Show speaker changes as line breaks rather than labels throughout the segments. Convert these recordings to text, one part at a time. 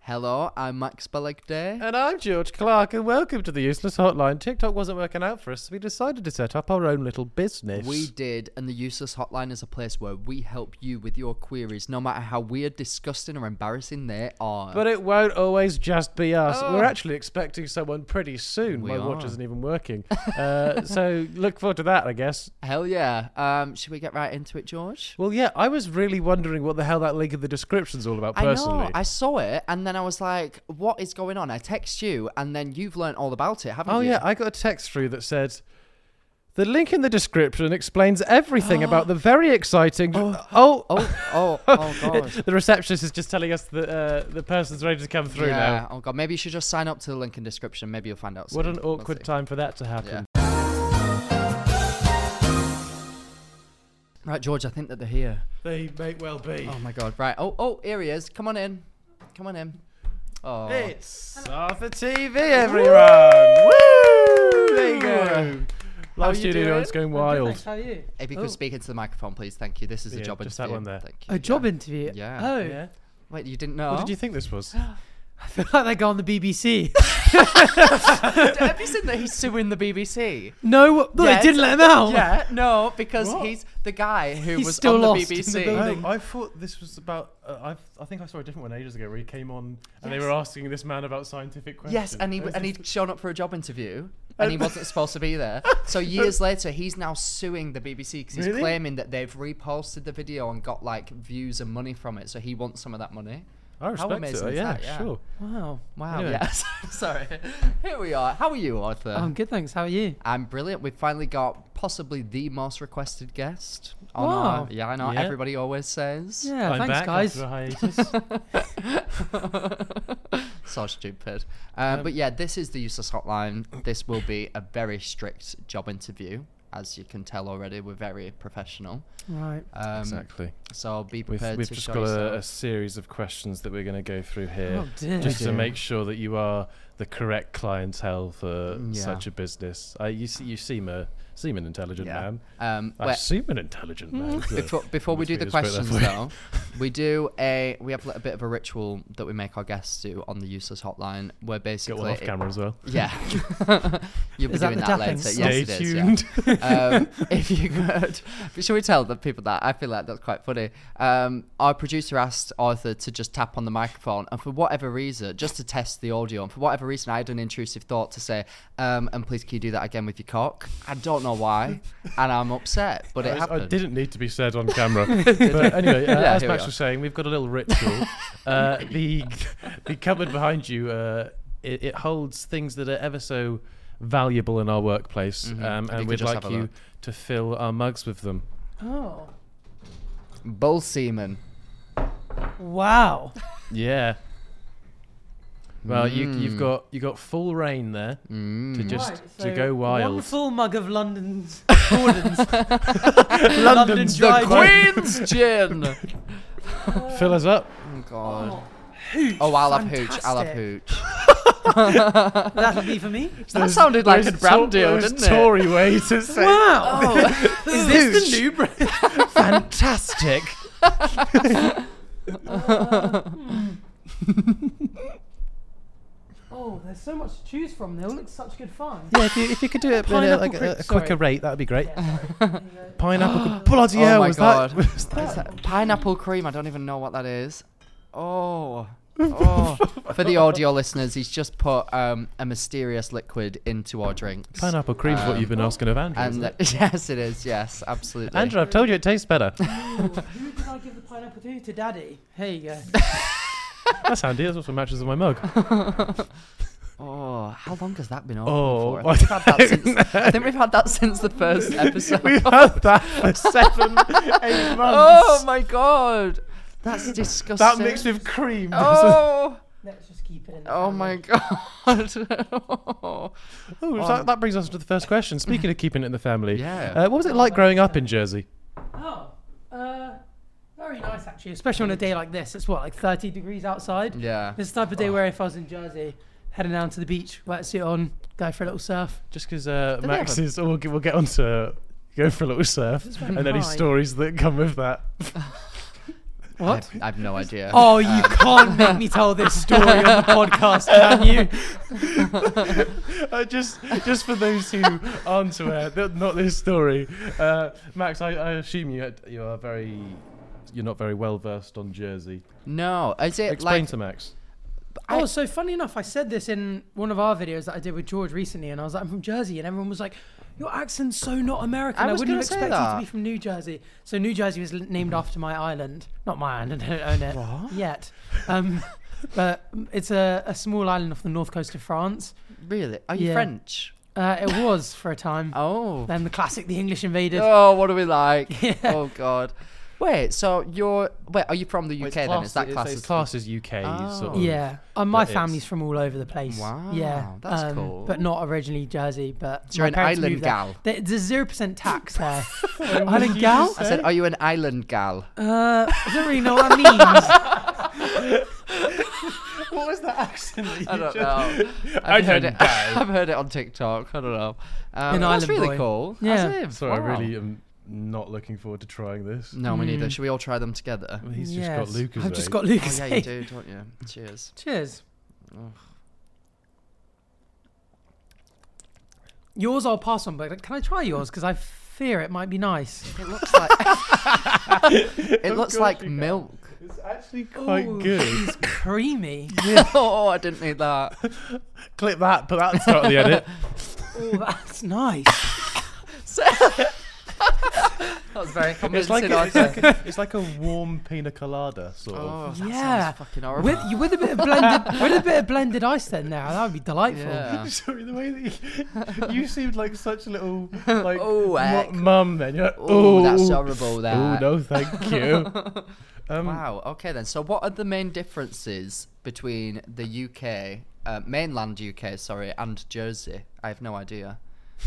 Hello, I'm Max Belegday.
And I'm George Clark, and welcome to the Useless Hotline. TikTok wasn't working out for us, so we decided to set up our own little business.
We did, and the Useless Hotline is a place where we help you with your queries, no matter how weird, disgusting, or embarrassing they are.
But it won't always just be us. We're actually expecting someone pretty soon.
Ah. We
My watch
are.
isn't even working. uh, so look forward to that, I guess.
Hell yeah. Um, should we get right into it, George?
Well, yeah, I was really wondering what the hell that link in the description's all about, personally.
I know. I saw it, and then I was like, "What is going on?" I text you, and then you've learned all about it, haven't
Oh,
you?
yeah, I got a text through that said. The link in the description explains everything about the very exciting. Oh,
oh, oh, oh, god.
the receptionist is just telling us that uh, the person's ready to come through now.
Yeah. Oh god. Maybe you should just sign up to the link in description. Maybe you'll find out.
What
soon.
an
We'll
awkward
see.
time for that to happen.
Right, George. I think that they're here.
They may well be.
Oh my god. Right. Oh, oh, here he is. Come on in. Come on in. Oh.
It's off the TV, everyone! Woo! There you go. Live
you
studio
doing?
audience going wild.
Thanks, how are you?
If you could speak into the microphone, please. Thank you. This is a
Yeah,
job
just that
interview.
one there.
Thank you.
A job
yeah.
interview.
Yeah.
Oh,
Yeah.
Wait, you didn't know?
What did you think this was?
I feel like they go on the BBC.
Have you seen that he's suing the BBC?
no, no,
Yeah,
they didn't
it's-
let him out.
Yeah, no, because
What?
Oh. he's the guy who
He's
was
still
on the
lost in the
BBC.
building.
I thought this was about. Uh, I've, I think I saw a different one ages ago where he came on and they were asking this man about scientific questions.
Oh. Yes, and he and he'd shown up for a job interview, and he wasn't supposed to be there. So years later, he's now suing the BBC because he's
Really?
claiming that they've reposted the video and got like views and money from it. So he wants some of that money.
I respect
amazing
it.
is
yeah,
that? Yeah.
sure.
Wow.
Wow.
Anyway.
Yes. Sorry. Here we are. How are you, Arthur?
I'm good, thanks. How are you?
I'm brilliant. We've finally got possibly the most requested guest. On
Wow.
our, yeah, I know.
Yeah.
Everybody always says.
Yeah,
I'm
thanks,
back
guys.
after a hiatus.
so stupid. Uh, but yeah, this is the useless hotline. This will be a very strict job interview, as you can tell already. We're very professional.
Right.
Um,
exactly.
So be
We've,
prepared
we've
to
just
show
got a, a
yourself.
series of questions that we're going to go through here,
Oh, dear.
just to
Okay.
make sure that you are the correct clientele for
Mm, Yeah.
such a business. Uh, you see, you seem a seem an intelligent
Yeah.
man.
Um,
I
wait,
seem an intelligent man.
before, before we
Must
do
be
the
a script
questions
that way.
though we do a we have a little bit of a ritual that we make our guests do on the useless hotline where
Got
basically
one off camera as well.
Yeah. You'll be
Is that
doing that,
the tapping?
later.
Stay
Yes, it is. yeah. um, if you could. But should we tell the people that? I feel like that's quite funny. Um, our producer asked Arthur to just tap on the microphone, and for whatever reason, just to test the audio, and for whatever reason, I had an intrusive thought to say, um, and please can you do that again with your cock? I don't know why, and I'm upset, but it
I, I
happened.
uh, didn't need to be said on camera. but anyway, uh,
Yeah,
as
here we
Max
are.
was saying, we've got a little ritual. uh, the the cupboard behind you, uh, it, it holds things that are ever so valuable in our workplace, um,
Mm-hmm. you
and
could
we'd
just
like
have a
you
look.
to fill our mugs with them.
Oh.
Bull semen.
Wow.
Yeah. Well, you,
Mm.
you've got you got full reign there to just
Right,
to
so
go
One
wild.
full mug of London's Gordon's. London dry gin.
Queen's gin!
Fill us up.
Oh, God. Oh, I'll have hooch. I'll have
Fantastic.
hooch.
That'll be for me.
That sounded like a brand deal, didn't it?
Tory way to say
Wow. Is this the new brand?
fantastic.
Oh, Oh, there's so much to choose from. They all look such good fun.
Yeah, if you, if you could do it at a,
Pineapple
like a,
crisp,
a
sorry.
quicker rate, that would be great.
There you go.
Pineapple. cr- bloody
Oh
hell!
my
was
God.
That, was that-
Is that pineapple cream. I don't even know what that is. Oh. oh. For the audio listeners, he's just put um, a mysterious liquid into our drinks.
pineapple cream's what you've been asking of Andrew.
Um, And
isn't it?
yes, it is. Yes, absolutely.
Andrew, I've told you it tastes better.
Who did I give the pineapple to? To Daddy. Here you go.
That's handy. That's what matches with my mug.
Oh, how long has that been on
Oh,
for? I think, we've had that since, I think we've had that since the first episode.
We've had that for seven, eight months.
oh my god, that's disgusting.
that mixed with cream.
Oh,
Let's just keep it in. the
oh
family.
my god.
Ooh, so that, that brings us to the first question. Speaking of keeping it in the family,
oh. Yeah.
uh, what was it like growing up in Jersey?
Oh, uh, very nice actually, especially on a day like this. It's what, like 30 degrees outside?
yeah.
This is the type of day where if I was in Jersey, heading down to the beach, wetsuit on, go for a little surf.
Just because uh,
they
Max
have a-
is, oh, we'll get, we'll get on to go for a little surf, and then his
high.
stories that come with that.
What?
I have no idea.
Oh, you can't make me tell this story on the podcast, can you?
Uh, just, just for those who aren't aware, th- not this story. Uh, Max, I, I assume you had, you are very, you're not very well versed on Jersey.
No, is it
Explain
like?
to Max.
Oh, so funny enough, I said this in one of our videos that I did with George recently, and I was like, I'm from Jersey, and everyone was like, Your accent's so not American.
I
I,
was
wouldn't
gonna
have
say
expected you
that.
to be from New Jersey. So New Jersey was l- named after my island. Not my island, I don't own it yet. Um, but it's a, a small island off the north coast of France.
Really? Are you
Yeah.
French?
Uh, it was for a time.
Oh.
Then the classic, the English invaded.
Oh, what are we like? Oh god. Wait, so you're wait, are you from the UK then? Is that class?
It's,
as-
classes UK sort
Oh.
of.
Yeah, uh, my
But it's-
family's from all over the place. yeah, um,
Wow, that's cool.
But not originally Jersey. But
So you're
my
an
parents
island
moved there.
gal?
There- There's zero percent tax there. island gal?
I said, are you an island gal?
Uh, I don't really know what that means.
What was that accent? That you
I don't
just-
know. I've heard it. I've heard it on TikTok. I don't know. Um,
An
that's
island
really
boy.
cool.
Yeah.
As if,
Sorry,
wow.
I really am not looking forward to trying this.
No, we neither. Should we all try them together? Oh
He's just
Mm, Yes.
got Lucas. eh?
I've just
mate.
got Lucas. eh?
yeah, you do, don't you? Cheers.
Cheers. Yours I'll pass on, but can I try yours? Because I fear it might be nice.
It looks like it looks
course
like
you can.
milk.
It's actually quite
Ooh,
good.
It's creamy.
oh, I didn't need that.
Clip that, but that's not the edit.
Oh, that's nice.
That was very
it's
convincing.
like
I
a, it's like a, it's like a warm pina colada sort
Oh,
of.
that
Yeah.
sounds fucking horrible.
With, you- with a bit of blended, with a bit of blended ice then now, that would be delightful.
yeah.
Sorry, the way that you, you seemed like such a little like
Oh,
mu-
heck.
mum. Then you're like,
Oh, that's
"Ooh,
horrible. That.
ooh, no, thank you. Um,
Wow. Okay then. So, what are the main differences between the UK, uh, mainland UK, sorry, and Jersey? I have no idea.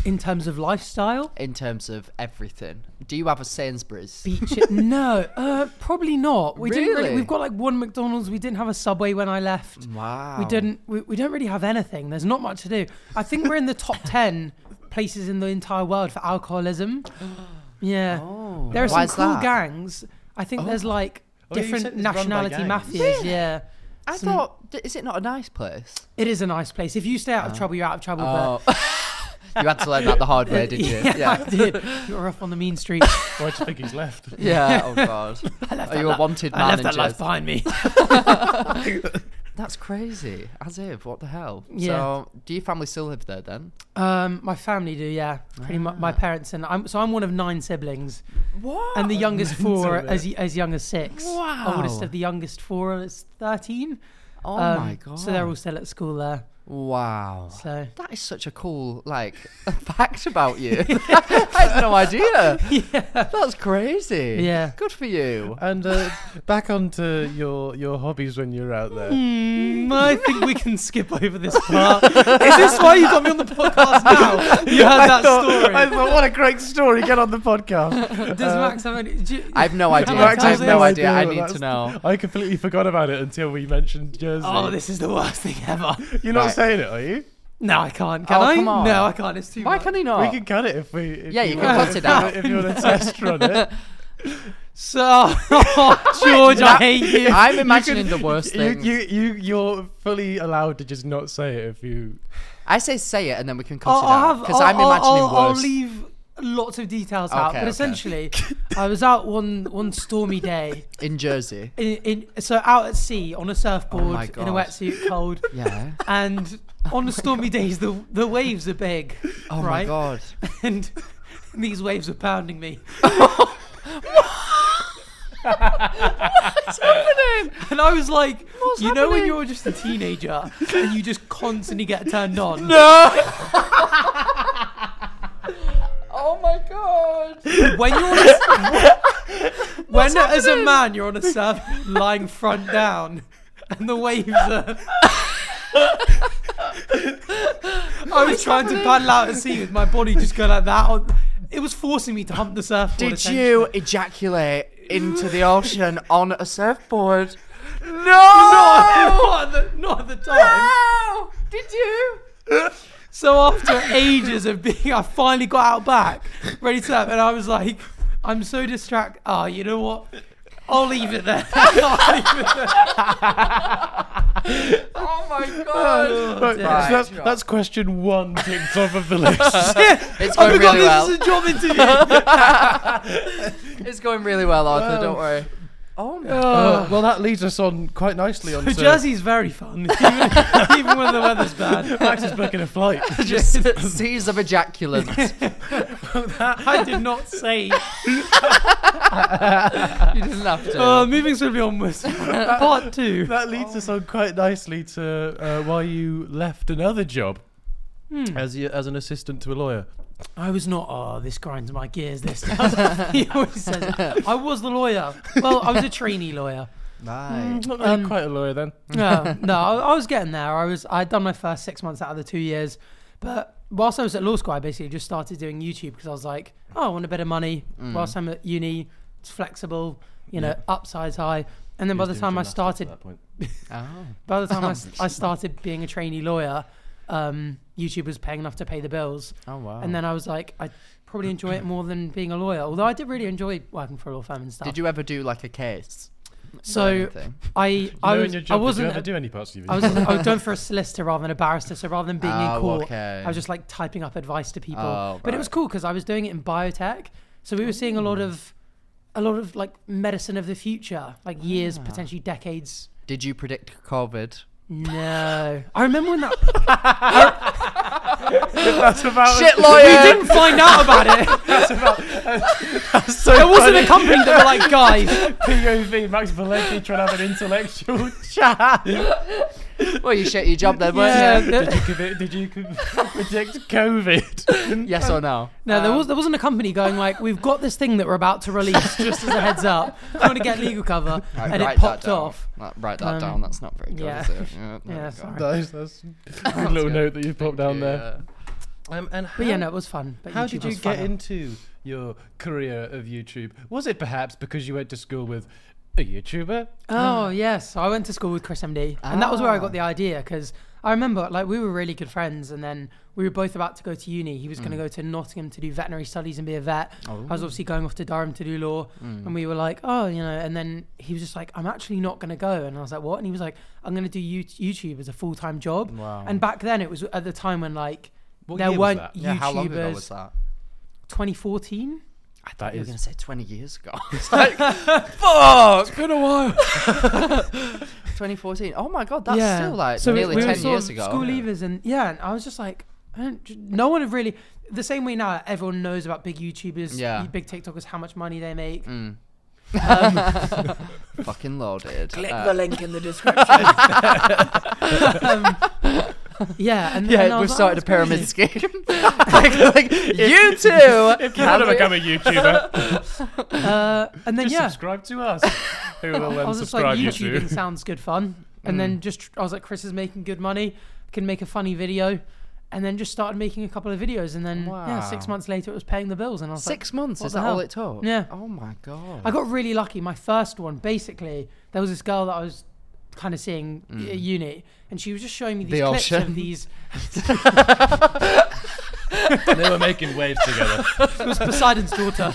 In terms of lifestyle,
In terms of everything, do you have a Sainsbury's?
beach. no, uh, probably not. We didn't really.
Really?
We've got like one McDonald's. We didn't have a Subway when I left.
wow.
We didn't. We, we don't really have anything. There's not much to do. I think we're in the top ten places in the entire world for alcoholism. Yeah,
Oh.
there are
Why
some
is
cool
that?
gangs. I think there's like
Oh, you said
different
it's run by
nationality
gangs.
mafias. Yeah.
I
some-
thought, d- is it not a nice place?
It is a nice place. If you stay
Uh.
out of trouble, you're out of trouble. but
Oh. you had to learn that the hard way, did you?
yeah,
Yeah.
I did. You were off on the mean street.
Why do you think he's left?
Yeah, Oh God. Are you a wanted man
I left
in
that life
Jersey?
behind me.
That's crazy. As if. What the hell?
Yeah.
So, do your family still live there then?
Um, my family do, yeah. Pretty much
Ah.
my parents and I'm. So I'm one of nine siblings,
What?
and the youngest four are
it.
as y- as young as six.
Ah, Wow.
Oldest of the youngest four is thirteen.
oh
Um,
my God.
So they're all still at school there.
Wow.
So
That is such a cool like fact about you. I had no idea. That's crazy.
Yeah.
Good for you.
And uh, back onto your your hobbies when you're out there.
Hmm.
Mm, I think we can skip over this part. is this why you got me on the podcast now? You had that story.
I thought, what a great story! Get on the podcast.
Does Max have any? Do you,
I have no idea.
Max
I have
has
no
no
idea. I
what
need to
that's-
know.
I completely forgot about it until we mentioned Jersey.
oh, this is the worst thing ever.
you're not
Right.
saying it, are you?
No, I can't. Can
Oh,
I?
come on.
No, I can't. It's too
Why
much.
Oh. can he not?
We can cut it if we. If
Yeah, you can
want,
cut it
if
out.
you want to test run it.
So, oh, George, I hate you.
I'm imagining the worst
You,
thing.
you, you, you're fully allowed to just not say it if you.
I say say it and then we can cut
I'll,
it out
have.
because
I'll-
I'm imagining
I'll, I'll,
worse.
I'll leave lots of details out,
Okay,
but
okay.
essentially, I was out one one stormy day,
in Jersey.
in, in so out at sea on a
Oh my
surfboard in a
God.
wetsuit, cold,
Yeah.
and on the stormy days the the waves are big,
Oh my
right?
god.
And these waves are pounding me,
What's happening?
and I was like,
What's
you know, when
happening?
you're just a teenager and you just constantly get turned on.
No. oh my god.
when you're on a, when as a man you're on a surf lying front down and the waves are I was trying to paddle out at sea with my body just going like that on, it was forcing me to hump the surfboard
Did
essentially.
you ejaculate into the ocean on a surfboard? No.
not at the, not at the time Oh,
No! Did you?
so after ages of being I finally got out back ready to surf and I was like I'm so distracted oh you know what I'll leave it there I'll leave it there
Oh my god.
Right, so
Right.
that's, that's question one ticked off of the list.
It's
oh
going
my god
really
this
well.
is a job interview
It's going really well, Arthur. don't worry. Oh my god.
Uh, well, that leads us on quite nicely on
So Jersey's very fun, even, even when the weather's bad.
Max is booking a flight.
Just seas of ejaculants.
I did not say.
You didn't have to.
Uh, moving swiftly onwards, part two.
that leads us on quite nicely to uh, why you left another job as you, as an assistant to a lawyer.
I was not. Oh, this grinds my gears. This does." he always says. that. I was the lawyer. Well, I was a trainee lawyer.
Right.
Not
Um,
really quite a lawyer then.
No, no, I, I was getting there. I was. I'd done my first six months out of the two years, but whilst I was at law school, I basically just started doing YouTube because I was like, oh, I want a bit of money. Whilst I'm at uni, it's flexible. You know, upsides high. And then by the time I started
Oh.
By the time I, s- I started being a trainee lawyer, um, YouTube was paying enough to pay the bills.
Oh wow.
And then I was like, I probably enjoy it more than being a lawyer. Although I did really enjoy working for a law firm and stuff.
Did you ever do like a case? or
So
anything?
I,
I,
I, was,
your job,
I
did
wasn't.
you ever do any parts of your
I was, I was going for a solicitor rather than a barrister. So rather than being
Oh,
in court,
okay.
I was just like typing up advice to people.
Oh,
But it
right. Hmm.
was cool because I was doing it in biotech. So we were seeing a lot of, a lot of like medicine of the future, like years,
Ah.
potentially decades
Did you predict COVID?
No, I remember when that
That's about
Shit
we
lawyer.
didn't find out about it.
so
There wasn't a company that were like, guys,
POV. Max Valenti trying to have an intellectual chat.
Well, you shit your job then,
Yeah.
weren't you?
did you, commit, did you com- predict COVID?
Yes or no?
no, there was there wasn't a company going like, we've got this thing that we're about to release, just as a heads up. I want to get legal cover,
Right,
and
write
it
that
popped
down.
off.
Right, write that
Um,
down. That's not very good,
yeah.
is it? Yeah, there
Yeah,
we go.
sorry.
That is, that's a good little
good.
note that you've
Thank
popped down
you,
there. Um, and how,
But yeah, no, it was fun. But
how
YouTube
did you
was
get
funner.
into your career of YouTube? Was it perhaps because you went to school with a YouTuber?
Oh yes, I went to school with Chris MD, and that was where I
Ah.
got the idea because I remember like we were really good friends, and then we were both about to go to uni. He was
Mm.
going to go to Nottingham to do veterinary studies and be a vet. I
Oh.
was obviously going off to Durham to do law,
Mm.
and we were like, oh, you know. And then he was just like, I'm actually not going to go, and I was like, what? And he was like, I'm going to do Yout- YouTube as a full time job.
Wow.
And back then, it was at the time when like
What
there
year was that?
weren't YouTubers.
Yeah, how long ago was that?
2014.
I thought you were
is-
going to say 20 years ago. It's like, fuck! It's been a while. 2014. Oh my god, that's still like
So we-
nearly
we were
10
sort
years
of
ago.
School leavers and yeah, and I was just like, I don't, j- no one had really. The same way now, everyone knows about big YouTubers,
Yeah. Mm.
big TikTokers, how much money they make.
Fucking loaded.
Click
Uh,
the link in the description.
Um, Yeah, and and I
yeah,
was
we've started
like, oh,
a
that's
pyramid
crazy.
scheme. like, like, you too.
If you want to become a YouTuber,
Uh, and then
just
yeah,
subscribe to us. Who will
I
then
was just
subscribe
like,
you to?
YouTubing sounds good fun. And then
Mm.
just, I was like, Chris is making good money, can make a funny video. And then just started making a couple of videos, and then yeah, six
Wow.
months later it was paying the bills, and I was like,
Six months,
what
is
the
that
hell?
all it took?
Yeah.
Oh my god.
I got really lucky. My first one, basically, there was this girl that I was kind of seeing at uni, and she was just showing me these
The
clips
ocean.
of these.
they were making waves together.
It was Poseidon's daughter.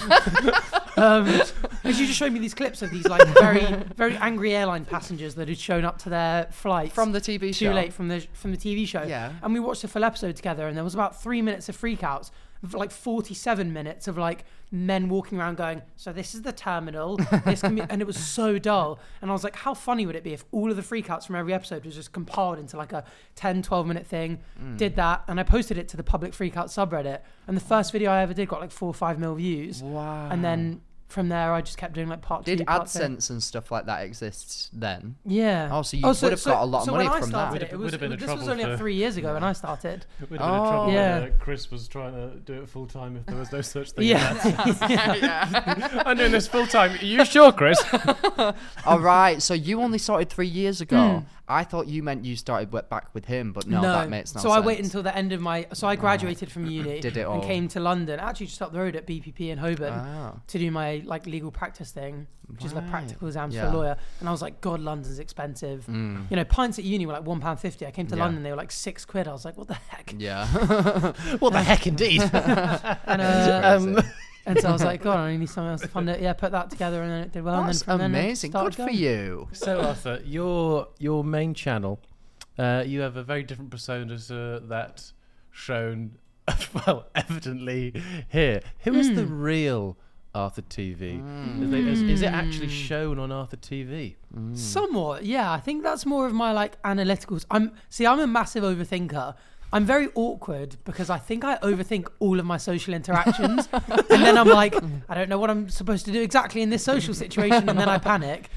Um, because you just showed me these clips of these like very, very angry airline passengers that had shown up to their flight
From the TV
too
show.
late from the from the TV show.
Yeah.
And we watched the full episode together, and there was about three minutes of freakouts, of, like forty-seven minutes of like men walking around going, "So this is the terminal." This can be, and it was so dull. And I was like, "How funny would it be if all of the freakouts from every episode was just compiled into like a 10, 12 minute thing?"
Mm.
Did that, and I posted it to the public freakout subreddit. And the first video I ever did got like four or five mil views.
Wow.
And then from there, I just kept doing like part
Did
two. part three.
AdSense and stuff like that exist then?
Yeah.
Oh, so you would've got a lot of
so
money
when I
from that.
started
Would've-
It, it was,
would've been a
this was
trouble
only
for-
three years ago when I started.
It would have been a trouble
Oh. Yeah.
that Chris was trying to do it full time if there was no such thing.
Yeah.
I'm doing this full time. Are you sure, Chris?
All right. So you only started three years ago.
Hmm.
I thought you meant you started wet back with him, but no, that makes no
so
sense.
I waited until the end of my. So I graduated from uni
Did it all.
and came to London, actually just up the road at BPP in Holborn,
Wow.
to do my like legal practice thing, which is like
Right.
practical exams
Yeah. Mm.
for a lawyer. And I was like, God, London's expensive. You know, pints at uni were like one pound fifty. I came to
Yeah.
London, they were like six quid. I was like, what the heck?
Yeah.
What the heck, indeed?
And, uh,
Crazy.
and so I was like, God, I need someone else to fund it. Yeah, put that together, and then it did well.
That's
and then from
amazing.
Then it
Good
started
for
going.
you.
so Arthur, your your main channel, uh, you have a very different persona to that shown, well, evidently here. Who is
Hmm.
the real Arthur TV? Is, they- is- is it
Hmm.
actually shown on Arthur TV?
Hmm.
Somewhat, yeah. I think that's more of my like analytical. I'm see, I'm a massive overthinker. I'm very awkward because I think I overthink all of my social interactions, and then I'm like, I don't know what I'm supposed to do exactly in this social situation, and then I panic.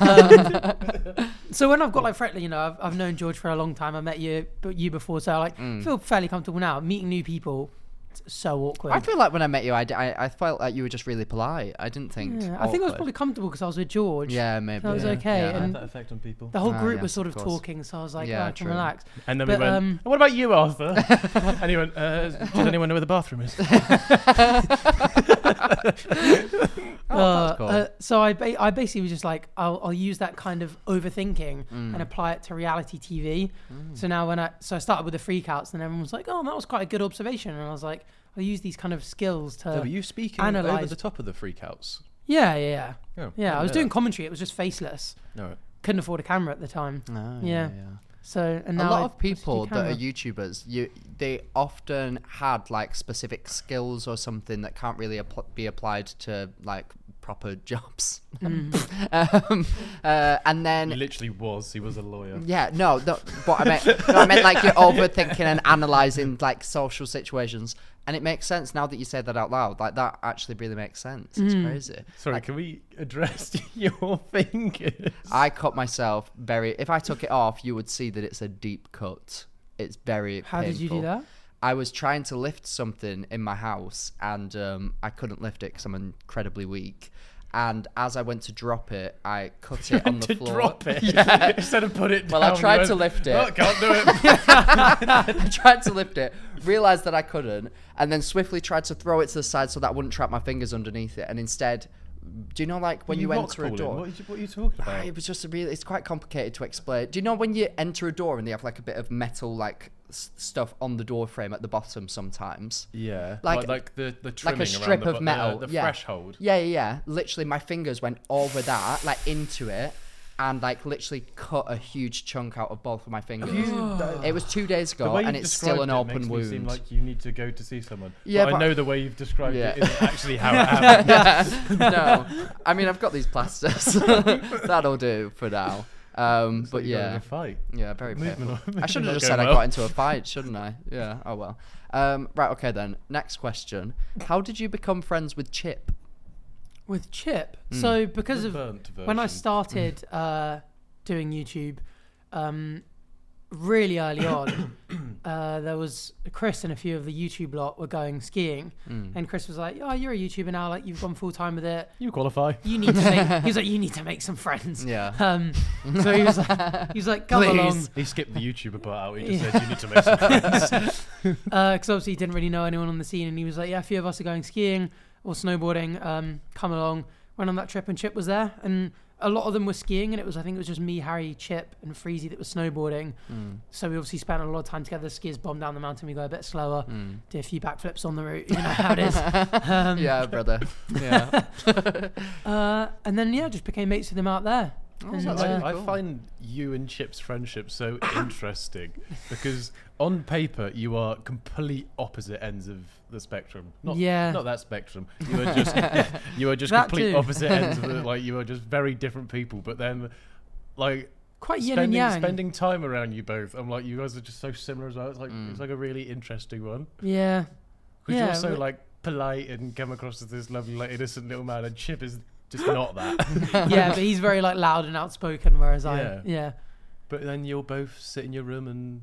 Um, so when I've got like, frankly, you know, I've, I've known George for a long time. I met you, but you before, so I like
Hmm.
feel fairly comfortable now. Meeting new people, it's so awkward.
I feel like when I met you, I, d- I- I felt like you were just really polite. I didn't think.
Yeah, I think I was
awkward.
probably comfortable because I was with George.
Yeah, maybe.
That was
yeah.
okay,
Yeah.
and-
that effect on people.
The whole
Ah,
group
yes,
was sort
of
of,
course.
talking, so I was like,
Yeah,
oh, I can
true.
relax.
And then we
But,
went.
um,
what about you, Arthur? and he went. Uh, does anyone know where the bathroom is?
Uh,
that's cool.
uh, so I, ba- I basically was just like, I'll, I'll use that kind of overthinking
Mm.
and apply it to reality TV. So now when I, so I started with the freakouts and everyone was like, oh, that was quite a good observation. And I was like, I'll use these kind of skills to,
So were you speaking over
Analyse.
the top of the freakouts?
yeah, yeah, yeah. Yeah, I was
yeah.
doing commentary. It was just faceless.
No.
Couldn't afford a camera at the time.
Oh,
yeah. So, and now
a lot
I
of
just do
people that
camera.
are YouTubers, you they often had like specific skills or something that can't really apl- be applied to like proper jobs.
Mm-hmm.
um, uh, and
He
then
literally was. He was a lawyer.
yeah, no, no what I meant, no, I meant like you're overthinking and analyzing like social situations, and it makes sense now that you say that out loud. Like that actually really makes sense. It's
Mm.
crazy.
Sorry, can we address your fingers?
I cut myself very. If I took it off, you would see that it's a deep cut. It's very.
How did you do
painful.
that?
I was trying to lift something in my house, and um, I couldn't lift it because I'm incredibly weak. And as I went to drop it, I cut it on the
to
floor.
drop it instead of put it
Well, I
down, you
tried
went,
to lift it.
"Oh, can't do it.
I tried to lift it, realized that I couldn't, and then swiftly tried to throw it to the side so that I wouldn't trap my fingers underneath it. And instead, do you know like when you, enter a
Rockpooling,
door?
What are you, what are you talking
Ah,
about?
It was just a really. It's quite complicated to explain. Do you know when you enter a door and they have like a bit of metal like s- stuff on the door frame at the bottom sometimes?
yeah,
Like-
like like, the the
like
trimming
a strip
around the,
of
bu- the-
metal.
the,
yeah.
threshold.
Yeah, yeah, yeah. Literally, my fingers went over that, like into it, and like literally cut a huge chunk out of both of my fingers. it was two days
The
ago,
way
and
you've
it's still an
described it
open
makes me
wound.
Seem like you need to go to see someone.
Yeah,
but
but-
I know the way you've described
Yeah.
it isn't actually how it happened.
no, I mean I've got these plasters. That'll do for now. Um, but
You got in
yeah,
a fight.
Yeah, very
Movement
painful.
on-
I should have
not
just
going
said I
well.
got into a fight, shouldn't I? Yeah. Oh well. Um, right. Okay then. Next question. How did you become friends with Chip?
With Chip.
Mm.
So because
The
of
burnt
when I
version.
started uh, doing YouTube, um, really early on, uh, there was Chris and a few of the YouTube lot were going skiing, and Chris was like, "Oh, you're a YouTuber now. Like you've gone full time with it.
You qualify.
You need to make." he was like, "You need to make some friends."
Yeah.
Um, so he was like, he was like, "Come along."
He skipped the YouTuber part out. He just said you need to make some
because Uh, obviously he didn't really know anyone on the scene, and he was like, "Yeah, a few of us are going skiing or snowboarding. Um, come along." Went on that trip, and Chip was there, and a lot of them were skiing, and it was I think it was just me, Harry, Chip, and Freezy that was snowboarding.
Mm.
So we obviously spent a lot of time together. Skiers bomb down the mountain, we go a bit slower,
Mm.
do a few backflips on the route. You know how it is. Um,
yeah, brother. Yeah.
uh, and then yeah, just became mates with him out there.
Oh,
And,
that's
uh,
really
I,
cool.
I find you and Chip's friendship so interesting because on paper you are complete opposite ends of the spectrum. Not,
Yeah.
not that spectrum. You are just you are just
That
complete
too.
opposite ends. Of the, like you are just very different people. But then, like
quite yin
spending
and yang.
spending time around you both, I'm like you guys are just so similar as well. It's like it's like a really interesting one
Yeah.
because
Yeah,
you're so
but-
like polite and come across as this lovely, like, innocent little man, and Chip is just not that.
yeah, but he's very like loud and outspoken, whereas I
Yeah.
yeah.
But then you'll both sit in your room and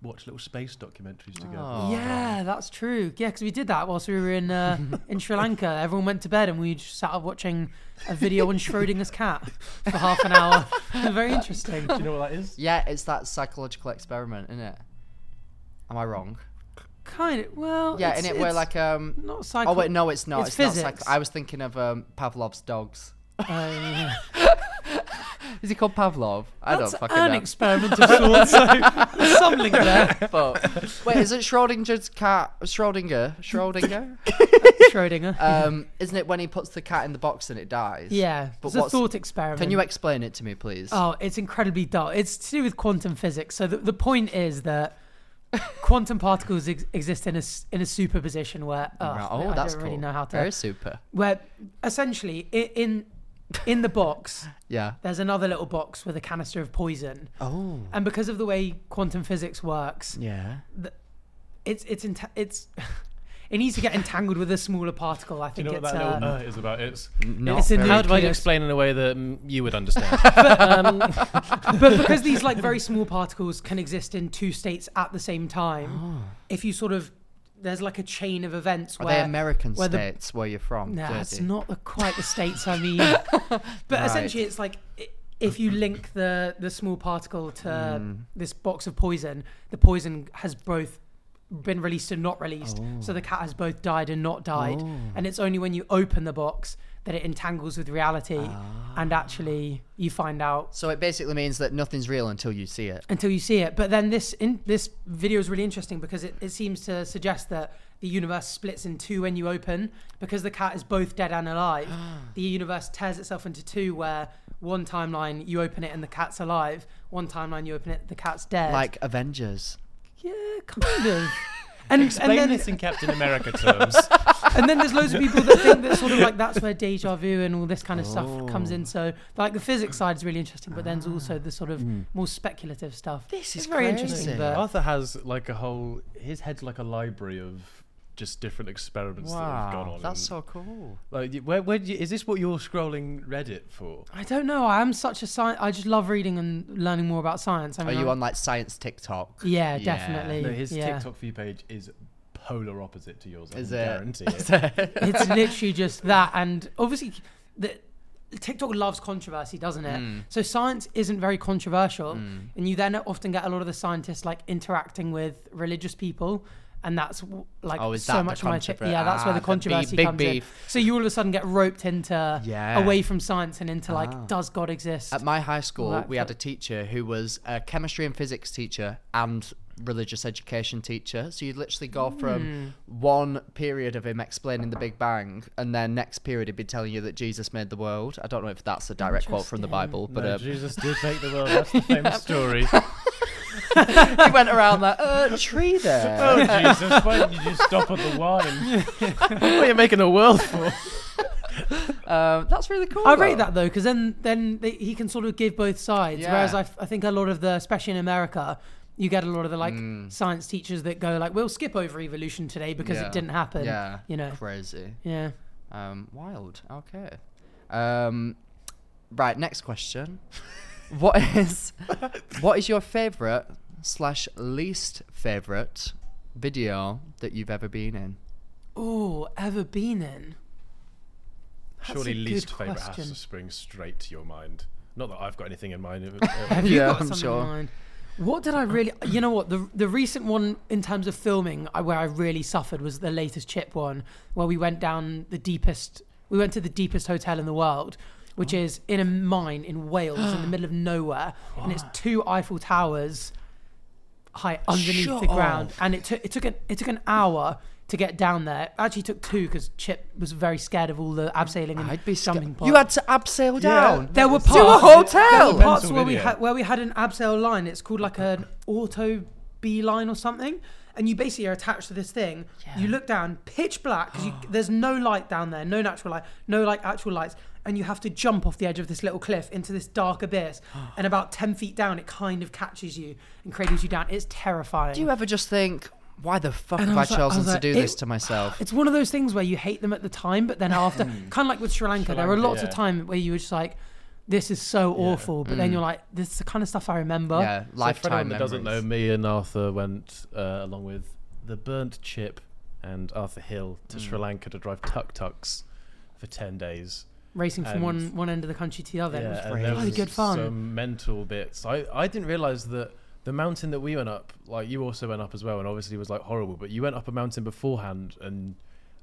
watch little space documentaries together.
Ah.
Oh.
Yeah, that's true. Yeah, because we did that whilst we were in uh, in Sri Lanka. Everyone went to bed and we just sat up watching a video on Schrodinger's cat for half an hour. Very interesting.
Do you know what that is?
Yeah, it's that psychological experiment, isn't it? Am I wrong?
Kind of. Well,
Yeah,
it's,
in it where
it's
like um.
not psycho.
oh wait, no, it's not.
it's
It's, not
physics.
psych- I was thinking of um, Pavlov's dogs.
Uh, yeah.
Is he called Pavlov? I
That's
don't fucking
an
know.
experiment of sorts. There's some link there.
but wait, is it Schrodinger's cat? Schrodinger? Schrodinger?
Schrodinger.
um, isn't it when he puts the cat in the box and it dies?
yeah,
But
it's a
what's,
thought experiment.
can you explain it to me, please?
Oh, it's incredibly dark. It's to do with quantum physics. So the, the point is that quantum particles ex- exist in a s- in a superposition where oh,
Right,
I,
oh,
I
that's
don't
cool.
really know how to
Very super.
where essentially i- in in the box
Yeah.
there's another little box with a canister of poison.
Oh.
And because of the way quantum physics works,
Yeah.
it's it's enta- it's it needs to get entangled with a smaller particle. I
Do
think
you know what
it's
that
uh,
little uh, is about? It's
Not
It's a
very-
How do I Nucleus.
explain in a way that mm, you would understand?
but because these like very small particles can exist in two states at the same time, if you sort of there's like a chain of events
Oh. Are
where
they American
where the-
states where you're from?
Nah, it's
Dirty.
not the, quite the states I mean. but essentially, it's like i- if you link the the small particle to this box of poison, the poison has both been released and not released. So the cat has both died and not died. And it's only when you open the box that it entangles with reality, and actually you find out
So it basically means that nothing's real until you see it.
until you see it. But then this in, this video is really interesting because it, it seems to suggest that the universe splits in two when you open because the cat is both dead and alive.
Ah.
the universe tears itself into two where one timeline you open it and the cat's alive, one timeline you open it the cat's dead.
Like Avengers.
yeah, kind of. And, and
explain
then
this in Captain America terms.
and then there's loads of people that think that sort of like that's where deja vu and all this kind of
Oh.
stuff comes in. So like the physics side is really interesting, but then there's also the sort of more speculative stuff.
Ah. Mm. This
It's
is
very
crazy.
interesting. But
Arthur has like a whole. His head's like a library of just different experiments that have gone
Wow,
on.
that's
and-
so cool.
Like, you- where, where do you, is this what you're scrolling Reddit for?
I don't know. I am such a science. I just love reading and learning more about science. I
Are
mean,
you
I'm-
on like science TikTok?
Yeah, definitely.
No, his
yeah.
TikTok for you page is polar opposite to yours. I
Is
can
it?
guarantee it.
it's literally just that, and obviously, the, TikTok loves controversy, doesn't it?
Mm.
So science isn't very controversial, and you then often get a lot of the scientists like interacting with religious people. And that's w- like
Oh, is
so
that the
much of my chi-
controver-
yeah. That's where
Ah, the
the
big-
controversy
big
comes
beef.
in. So you all of a sudden get roped into
Yeah. Ah.
away from science and into like, does God exist?
At my high school,
Like
we
the-
had a teacher who was a chemistry and physics teacher and religious education teacher. So you'd literally go from
Hmm.
one period of him explaining the Big Bang, and then next period he'd be telling you that Jesus made the world. I don't know if that's a direct quote from the Bible, but
no,
uh,
Jesus did make the world. That's the famous story.
he went around like, uh, tree there.
Oh Jesus! Why didn't you just stop at the wine? Oh, what are you making a world for?
Um, that's really cool.
I rate
though.
that though, because then then they, he can sort of give both sides.
Yeah.
Whereas I, f- I think a lot of the, especially in America, you get a lot of the like science teachers that go like, "We'll skip over evolution today because
Mm. Yeah.
it didn't happen."
Yeah,
you know.
crazy.
Yeah.
Um, wild. Okay. Um, right. Next question. what is what is your favorite slash least favorite video that you've ever been in?
Oh, ever been in? That's a
Surely
good
least favourite has
question.
to spring straight to your mind. Not that I've got anything in mind.
Have
uh,
you
Yeah,
got
I'm
something
sure.
in mind? What did I really? You know what? The the recent one in terms of filming, I, where I really suffered was the latest Chip one, where we went down the deepest. We went to the deepest hotel in the world, which is in a mine in Wales in the middle of nowhere, and it's two Eiffel Towers high underneath the ground. And it took it took an it took an hour to get down there. It actually took two because Chip was very scared of all the abseiling and
I'd be
jumping.
scared. You
parts.
had to abseil down.
There were parts.
to a
There
hotel.
were parts
Mental
where we
video.
had where we had an abseil line. It's called like an auto B line or something. And you basically are attached to this thing. You look down, pitch black, because there's no light down there, no natural light, no like actual lights, and you have to jump off the edge of this little cliff into this dark abyss. and about ten feet down, it kind of catches you and cradles you down. It's terrifying.
Do you ever just think, why the fuck
And I
have I
was like- I
chosen
was
to
like,
do
it-
this to myself?
It's one of those things where you hate them at the time, but then after, kind of like with Sri Lanka, there were
Hmm. Lanka,
lots of
yeah. Hmm.
time where you were just like, "This is so awful," but then you're like, "This is the kind of stuff I remember."
yeah,
For anyone
lifetime
that
memories.
doesn't know, me and Arthur went uh, along with the burnt chip and Arthur Hill to Sri Lanka to drive tuk tuks for ten days.
Racing from
And-
one one end of the country to the other,
Yeah,
it was
and there
bloody
was
good fun.
Some mental bits. I, I didn't realize that the mountain that we went up, like you also went up as well, and obviously was like horrible. But you went up a mountain beforehand, and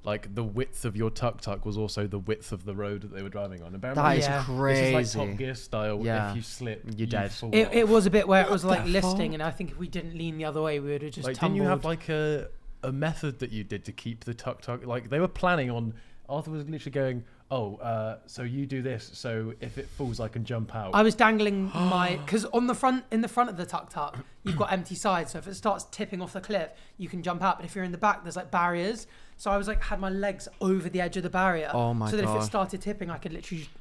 like the width of your tuk tuk was also the width of the road that they were driving on. And bear in
That
mind,
is
Yeah.
This is like
crazy.
Top Gear style.
Yeah.
If you slip,
You're
you
dead.
fall
it,
off.
it was a bit where it was like listing, and I think if we didn't lean the other way, we would have just
like
tumbled.
didn't you have like a a method that you did to keep the tuk tuk like they were planning on arthur was literally going oh uh so you do this so if it falls i can jump out
I was dangling my because on the front in the front of the tuk tuk, you've got empty sides. So if it starts tipping off the cliff, you can jump out. But if you're in the back, there's like barriers. So I was like had my legs over the edge of the barrier.
Oh my
So that if
God.
it started tipping, I could literally. just-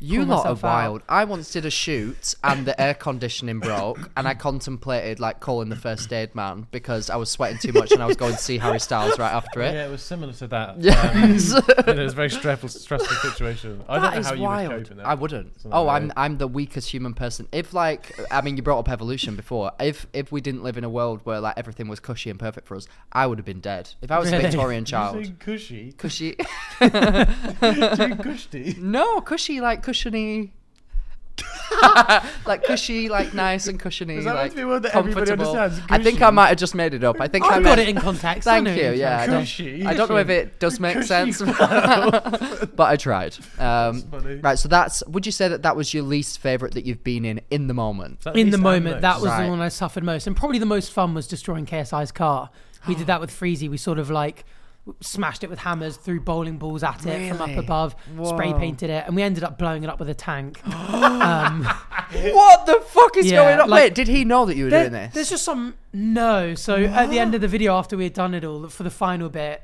You
pull
lot are
myself out.
wild. I once did a shoot and the air conditioning broke, and I contemplated like calling the first aid man because I was sweating too much and I was going to see Harry Styles right after it.
yeah it was similar to that
Yes.
um, it was a very stressful stressful situation i
That
don't know
is
how you would
wild.
cope in that
I wouldn't.
Something
Oh,
like
I'm
that.
I'm the weakest human person. If like, I mean, you brought up evolution before. If if we didn't live in a world where like everything was cushy and perfect for us, I would have been dead. If I was a
Really?
Victorian
You
child,
say cushy
cushy.
Doing cushy
No, cushy like cushiony. like cushy, like nice and cushiony,
that meant
like
to be one that everybody
comfortable.
understands?
I think I
Cushy.
might have just made it up. I think I
I got
meant-
it in context. I
Thank
know
you.
it's
Yeah, I
fine.
don't,
Cushy.
I don't know if it does make sense, but I tried. Um,
funny.
right, so that's. Would you say that that was your least favorite that you've been in in the moment?
At
in
least
the
I'm
moment, that
most.
was
Right.
the one I suffered most, and probably the most fun was destroying KSI's car. We did that with Freezy. We sort of like w- smashed it with hammers, threw bowling balls at it from up
Really?
above, spray
Whoa.
painted it, and we ended up blowing it up with a tank. um,
What the fuck is
Yeah,
going on?
like-
Wait, did he know that you were
there-
doing this?
There's just some no. So at the end of the video, after we had done it all for the final bit,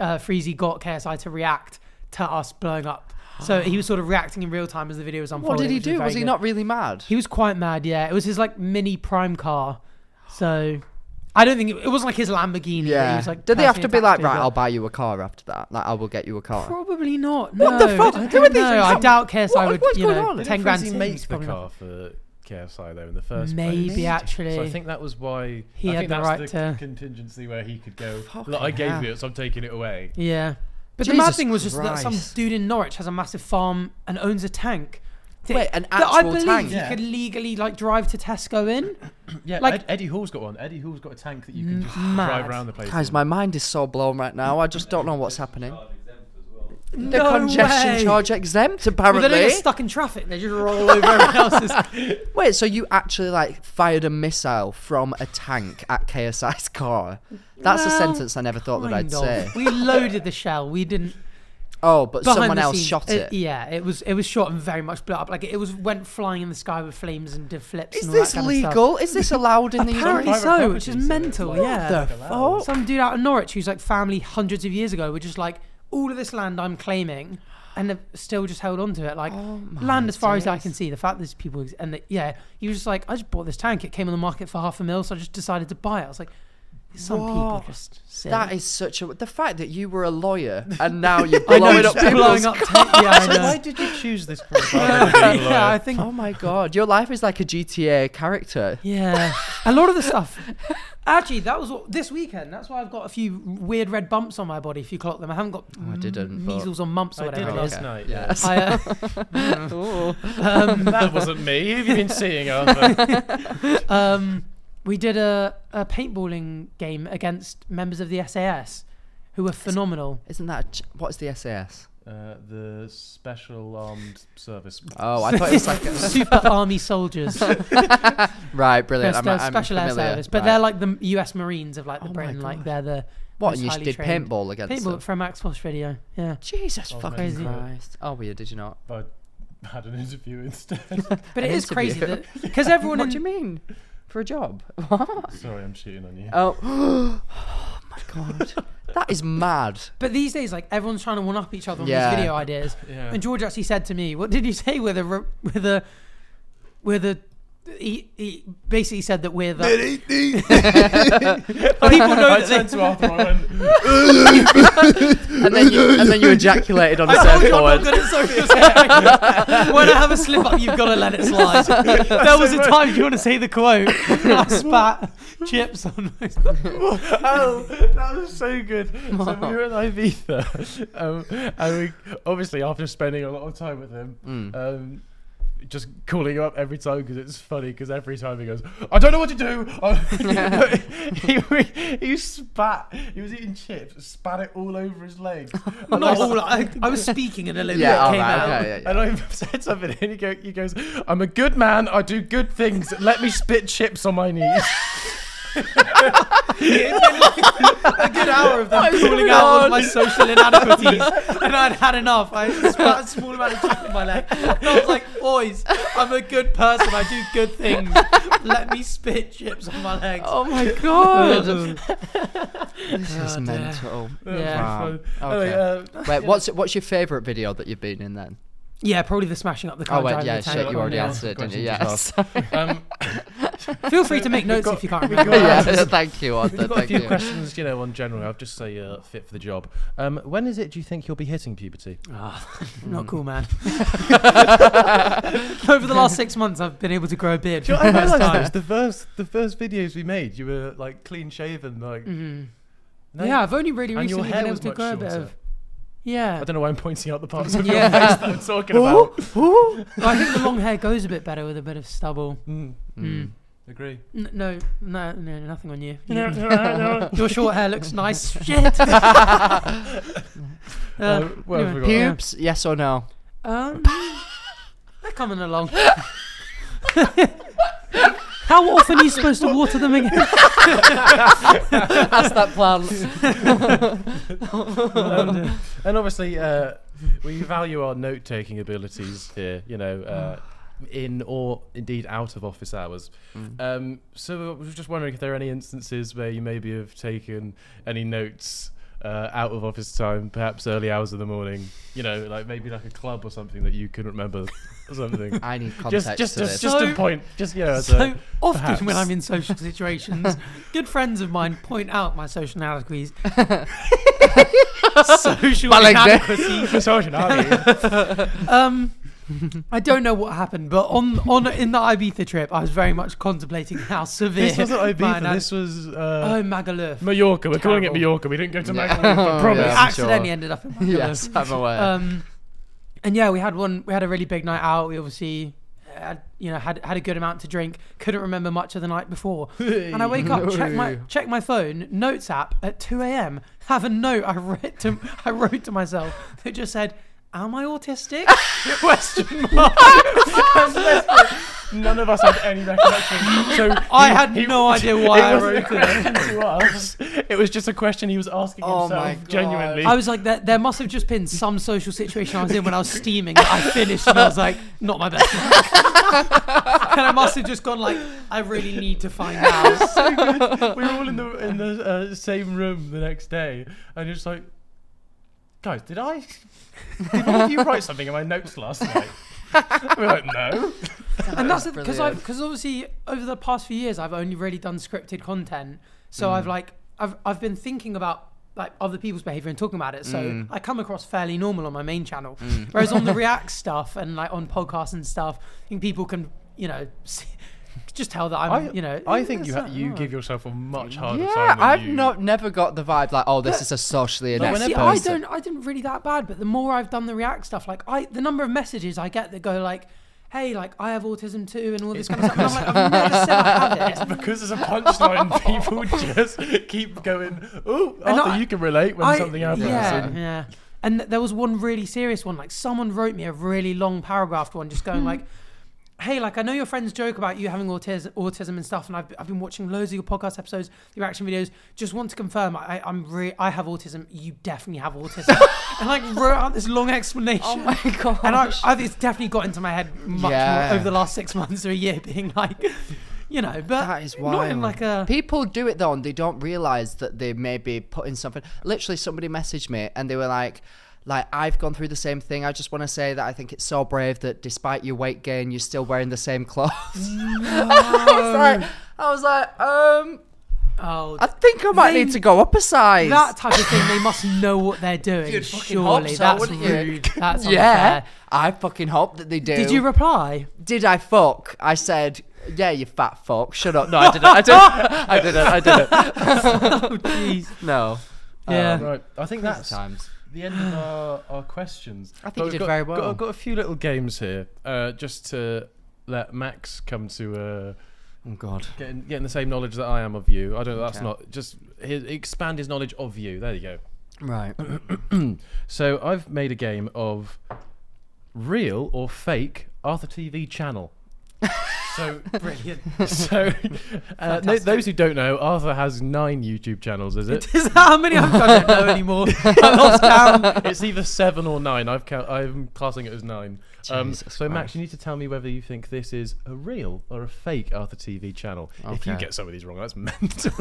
uh, Freezy got KSI to react to us blowing up. So he was sort of reacting in real time as the video was unfolding.
what did he
which
do?
very
Was he
good.
not really mad?
He was quite mad, yeah. It was his like mini prime car. So I don't think it, it wasn't like his Lamborghini. that He
yeah.
was, like,
did they have to
personally
be like,
attached
right?
but-
I'll buy you a car after that. Like, I will get you a car.
Probably not.
What the
no.
fuck?
I
Who
don't
are these-
know. I doubt KSI
what-
would.
what's
you
going
know,
on?
Ten
Didn't
grand.
Freezy
savings,
make the
probably not.
car for KSI though in the first
Maybe,
place.
actually.
So I think that was why
He
I
had
think
the
that's
right
the
to-
contingency where he could go. Look, I gave
hell.
you it, so I'm taking it away.
Yeah. But the
Jesus
mad thing was just that some
Christ.
dude in Norwich has a massive farm and owns a tank. that-
Wait, an
that I
actual
believe
tank?
he
Yeah.
could legally like drive to Tesco in.
Yeah,
Like-
Ed- Eddie Hall's got one. Eddie Hall's got a tank that you can just
Mad.
drive around the place.
Guys,
in.
my mind is so blown right now. I just don't know what's happening. The
No
congestion
way.
charge exempt,
But they
apparently.
don't get stuck in traffic. They just roll over everyone else's.
Wait, so you actually like fired a missile from a tank at KSI's car? That's a
Well,
sentence I never thought that I'd
Kind of.
say.
We loaded the shell. We didn't.
Oh, but
behind
someone
the
else
scenes, uh,
shot it.
Yeah, it was it was shot and very much blew up. Like it was went flying in the sky with flames and did flips.
Is
and all
this
that kind Of stuff.
legal? Is this allowed in the
Apparently
United
Private
so, which
property,
is
so it's
mental.
like-
yeah.
What the fuck?
Some dude out of Norwich who's like family hundreds of years ago were just like, all of this land I'm claiming, and they've still just held on to it. Like
Oh
land as far as I can see. The fact that there's people ex- and that, yeah, he was just like, I just bought this tank. It came on the market for half a mil, so I just decided to buy it. I was like, some people are
What?
just silly.
That is such a. The fact that you were a lawyer and now you're
I know,
blowing up
just
people's.
blowing up. tank- yeah, I know.
Why did you choose this profile?
yeah, I think
Oh my god, your life is like a GTA character.
Yeah, a lot of the stuff. Actually, that was what, this weekend. That's why I've got a few weird red bumps on my body. If you clock them, I haven't got
Oh, I didn't,
m-
but-
measles or mumps or
I did
whatever it is.
last
Okay.
night.
Yeah.
Yeah.
I, Um, uh,
that wasn't me. Who have you been seeing, Arthur?
um, we did a, a paintballing game against members of the SAS, who were phenomenal.
Isn't that. A ch- what's the SAS?
uh, the Special Armed Service.
Oh, I thought it was like a,
Super Army soldiers.
right, brilliant. I'm,
They're
I'm
special air
familiar.
service, but
Right.
they're like the U.S. Marines of like the
Oh my
Britain. Like
God.
they're the
what?
most
and You
highly
did
trained.
paintball against
people
them.
from Max Force Radio. Yeah,
Jesus
Oh my
fucking
Crazy. God.
Christ! Oh, weird. Did you not?
I had an interview instead.
but
An
it is crazy
interview.
that because everyone
What
in
do you mean? For a job? What?
Sorry, I'm shooting on you.
Oh, oh my god, that is mad.
But these days, like everyone's trying to one up each other on
Yeah.
these video ideas.
Yeah.
And George actually said to me, "What did you say? With a re- with a with a." He, he basically said that we're the people know
I
that they,
turned to Arthur. I went,
And then you, and then you ejaculated on the
I told you I'm
surfboard.
not good at social selling. when I have a slip up, you've got to let it slide. there was a time you want to say the quote. I spat chips on myself.
Oh, that was so good. So we were in Ibiza, um, and we obviously after spending a lot of time with him,
Mm.
um, just calling him up every time because it's funny. Because every time he goes, I don't know what to do. I- he, he, spat. He was eating chips, spat it all over his legs. And I
Not
was-
all. I, I was speaking and a little
Yeah,
bit
all
came
right,
out.
okay, yeah, yeah.
And I said something, and he, go, he goes, "I'm a good man. I do good things. Let me spit chips on my knees."
a good hour of them
Oh,
calling
come
out all
on.
of my social inadequaties, and I'd had enough. I spat a small amount of chips in my leg. And I was like, boys, I'm a good person. I do good things. Let me spit chips on my legs.
Oh my god, this is mental.
Yeah.
Wow.
Anyway,
Okay.
uh,
Wait, what's what's your favourite video that you've been in then?
Yeah, probably the smashing up the car.
Oh wait,
driving
yeah,
the
shit,
tank.
you already
Yeah.
answered it, didn't you? Yes.
Questions um,
Feel free to make notes if you can't remember.
yeah, thank you, Arthur.
We've got a
Thank
few
you.
questions, you know, on general. I'll just say uh, fit for the job. Um, when is it? Do you think you'll be hitting puberty?
Not cool, man. Over the last six months, I've been able to grow a beard. For the
I
first
realised that
time.
was the first the first videos we made. You were like clean shaven, like no?
Mm-hmm. Yeah, I've only really
and your
recently
hair
been able
was
to
much
grow a
shorter.
bit of. Yeah,
I don't know why I'm pointing out the parts of
Yeah.
your face that I'm talking about.
Well, I think the long hair goes a bit better with a bit of stubble.
Mm,
Hmm.
Mm.
agree.
N- no, no, no, nothing on you.
No,
You-
no, no.
Your short hair looks nice. Shit.
Uh,
Uh,
what have
anyway.
we got?
Pubes, yes or no?
Um, they're coming along. How often are you supposed to water them again?
That's that plan.
Um, and obviously, uh, we value our note taking abilities here, you know, uh, in or indeed out of office hours.
Mm.
Um, so I was just wondering if there are any instances where you maybe have taken any notes. Uh, out of office time, perhaps early hours of the morning. You know, like maybe like a club or something that you couldn't remember, or something.
I need context
just, just,
to
just,
this.
just
So-
a point. Just yeah. as
So
a-
often
perhaps.
when I'm in social situations, good friends of mine point out my social inadequacies. social
My leg there.
inadequacies.
Sorry, Nani.
Um, I don't know what happened, but on on in the Ibiza trip, I was very much contemplating how severe.
this wasn't Ibiza.
my inad-
this was
oh
uh,
Magaluf.
Mallorca. We're calling it
terrible.
Mallorca. We didn't go to
Yeah.
Mallorca. I
Oh,
promise.
yeah. I'm sure.
accidentally ended up in Magaluf.
yes, I'm aware.
Um, and yeah, we had one. We had a really big night out. We obviously, uh, had, you know, had had a good amount to drink. Couldn't remember much of the night before. And I wake up, check my check my phone, notes app at 2 a.m. Have a note I wrote to I wrote to myself that just said, "Am I autistic?"
question mark. None of us had any recollection. So
I
he-
had
he-
no idea why
it
I
wasn't a
wrote
question
it.
to us. It was just a question he was asking
Oh my
himself
God.
genuinely.
I was like, there, there must have just been some social situation I was in when I was steaming that I finished and I was like, not my best. work." and I must have just gone like, I really need to find out.
we were all in the in the uh, same room the next day, and just like, guys, did I? Did one of you write something in my notes last night? we are like, no.
and that's because I
Brilliant.
because obviously over the past few years I've only really done scripted content, so
Mm.
I've like I've I've been thinking about like other people's behavior and talking about it, so
Mm.
I come across fairly normal on my main channel. Whereas on the React stuff and like on podcasts and stuff, I think people can you know see, just tell that I'm
I,
you know
I think you
it's
ha-
not
you give yourself a much harder
yeah,
time. than
I've
you.
not never got the vibe like, oh, this is a socially inept
See,
person.
I don't. I didn't really that bad, but the more I've done the React stuff, like I, the number of messages I get that go like, "Hey, like I have autism too," and all this kind of stuff. And I'm like, I've never said I have it.
Because there's a punchline, people just keep going, oh,
And
Arthur,
I-
you can relate when something happens.
Yeah,
And
yeah. And th- there was one really serious one. Like someone wrote me a really long paragraph one, just
Hmm.
going like, "Hey, like I know your friends joke about you having autism, autism and stuff, and I've, I've been watching loads of your podcast episodes, your action videos. Just want to confirm, I, I'm re- I have autism. You definitely have autism." and like wrote out this long explanation.
Oh my god.
And I, I've, it's definitely got into my head much
Yeah.
more over the last six months or a year, being like, you know, but
That is
not
wild.
in like a.
People do it though, and they don't realize that they may be putting something. Literally, somebody messaged me, and they were like, "Like I've gone through the same thing. I just want to say that I think it's so brave that despite your weight gain, you're still wearing the same clothes." I was like, I was like, um,
Oh,
I think I might
They-
need to go up a size.
that type of thing. They must know what they're doing.
You'd fucking hope
Surely
so,
that's
wouldn't you?
rude. That's
yeah,
unfair.
I fucking hope that they do.
Did you reply?
did I fuck? I said, yeah, you fat fuck. Shut up. No, I didn't. I didn't. I didn't. I didn't.
Oh, jeez.
No.
Yeah.
Right, I think that's
Times.
the end of our, our questions.
I think
But
you
we've
did
got,
very
Got,
well.
I've got a few little games here, uh, just to let Max come to uh,
Oh god.
getting, getting the same knowledge that I am of you. I don't. That's
Okay.
not just his, expand his knowledge of you. There you go.
Right.
So I've made a game of real or fake Arthur TV channel. so
Brilliant.
so uh, no, those who don't know, Arthur has nine YouTube channels. Is it?
Is that how many I've I don't know anymore. I lost count.
it's either seven or nine. I've count, I'm classing it as nine. Um,
Jesus
so Max,
Christ.
you need to tell me whether you think this is a real or a fake Arthur TV channel. If you
Okay.
get some of these wrong, that's mental.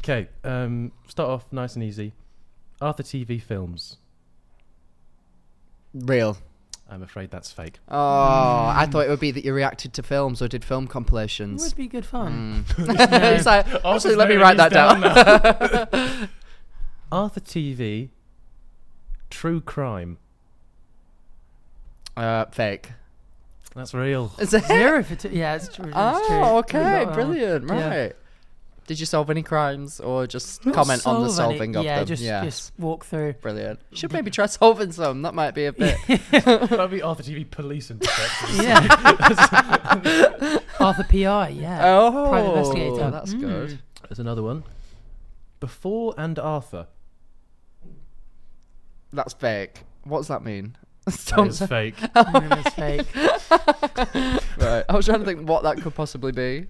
okay, um, start off nice and easy. Arthur TV films.
Real.
I'm afraid that's fake.
Oh, I thought it would be that you reacted to films or did film
It
compilations.
would be good fun.
Hmm. it's like, actually, let me write
noting these
that down.
down Arthur TV. True crime.
uh, fake.
That's real.
Is it?
Zero for two. Yeah, it's true. It's true.
Oh, okay,
We've got, uh,
brilliant.
yeah.
Right. Did you solve any crimes or just
Not
comment on the
solve any-
solving of
yeah,
them?
Just,
yeah,
just walk through.
brilliant. Should maybe try solving some. That might be a bit.
That'd be Arthur TV police inspectors.
Yeah. Arthur PI, yeah.
oh,
Private investigator.
That's good.
There's another one. Before and Arthur.
That's fake. What does that mean? Oh,
It's fake.
No, that's fake.
right. I was trying to think what that could possibly be.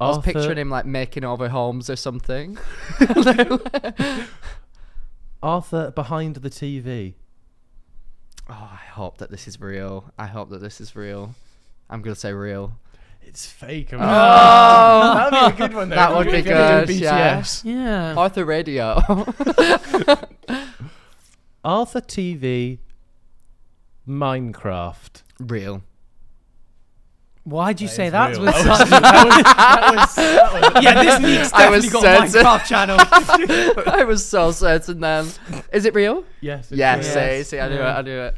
I was
Arthur-
picturing him like making over homes or something.
Arthur behind the TV.
Oh, I hope that this is real. I hope that this is real. I'm gonna say real.
It's fake. I'm oh, that'd be a good one. Though.
That would be
We're gonna do
good, yeah.
BTS.
Yeah.
Arthur Radio.
Arthur TV. Minecraft.
real.
Why'd you say that?
real.
With
That
such- yeah, this Nick's
I was
definitely got a
certain.
Minecraft channel.
I was so certain then. Is it real?
Yes. it's
Yes.
real.
See, see, I knew
Yeah.
it. I knew it.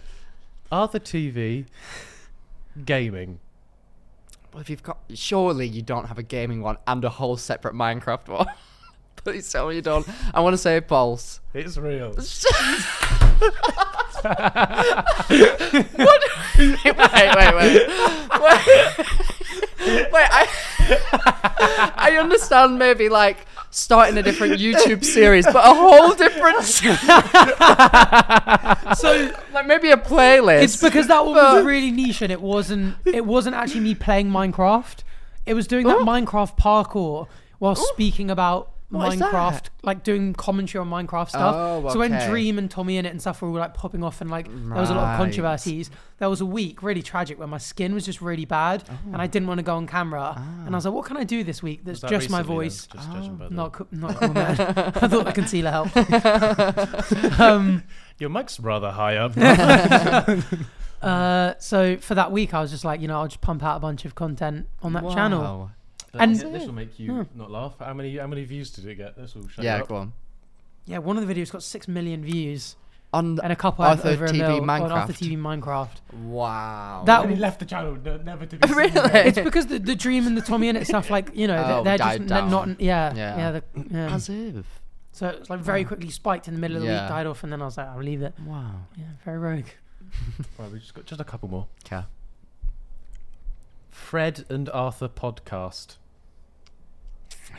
Arthur TV. Gaming.
Well, if you've got, surely you don't have a gaming one and a whole separate Minecraft one. Please tell me you don't. I want to say false.
It's real.
wait, wait, wait. Wait, wait I, I understand maybe like starting a different YouTube series, but a whole different. so, like maybe a playlist.
It's because that one
But-
was really niche and it wasn't it wasn't actually me playing Minecraft. It was doing that
Oh.
Minecraft parkour while speaking about
What is
Minecraft,
that?
like doing commentary on Minecraft stuff.
Oh,
So when
okay.
Dream and Tommy in it and stuff were all like popping off and like there was a lot of
Right.
controversies. There was a week really tragic where my skin was just really bad
Oh.
and I didn't want to go on camera. And I
Ah.
was like, what can I do this week? That's
Was that
just my
recently, then?
voice. Ah,
Just judging by the-
Not co- not cool, man. I thought the concealer helped. um,
Your mic's rather high up.
Uh, so for that week, I was just like, you know, I'll just pump out a bunch of content on that channel. And- Hmm.
this will make you not laugh. How many how many views did it get? This will show
Yeah,
up.
go on.
Yeah, one of the videos got six million views
On
and a couple
Arthur
over a
TV
mil on
Minecraft. Oh,
Arthur TV Minecraft.
Wow.
That
Only
w-
left the channel, n- never to be seen.
it's
really?
because the, the Dream and the Tommy and it stuff like you know they're-
Oh,
they're,
died
just they're
down.
not yeah
Yeah.
yeah, the, yeah.
As if.
so it's like very quickly spiked in the middle of the
Yeah.
week, died off, and then I was like, I'll leave it.
Wow.
Yeah, very rogue.
Right, we just got just a couple more.
Okay.
Fred and Arthur podcast.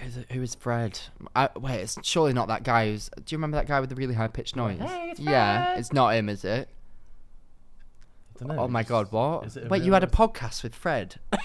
Who's, who is Fred? I, wait, it's surely not that guy. Who's do you remember that guy with the really high pitched noise? yeah, it's not him, is it?
Dunno,
Oh my
it's-
god, what?
is it a
Wait,
real
you had a
noise?
podcast with Fred?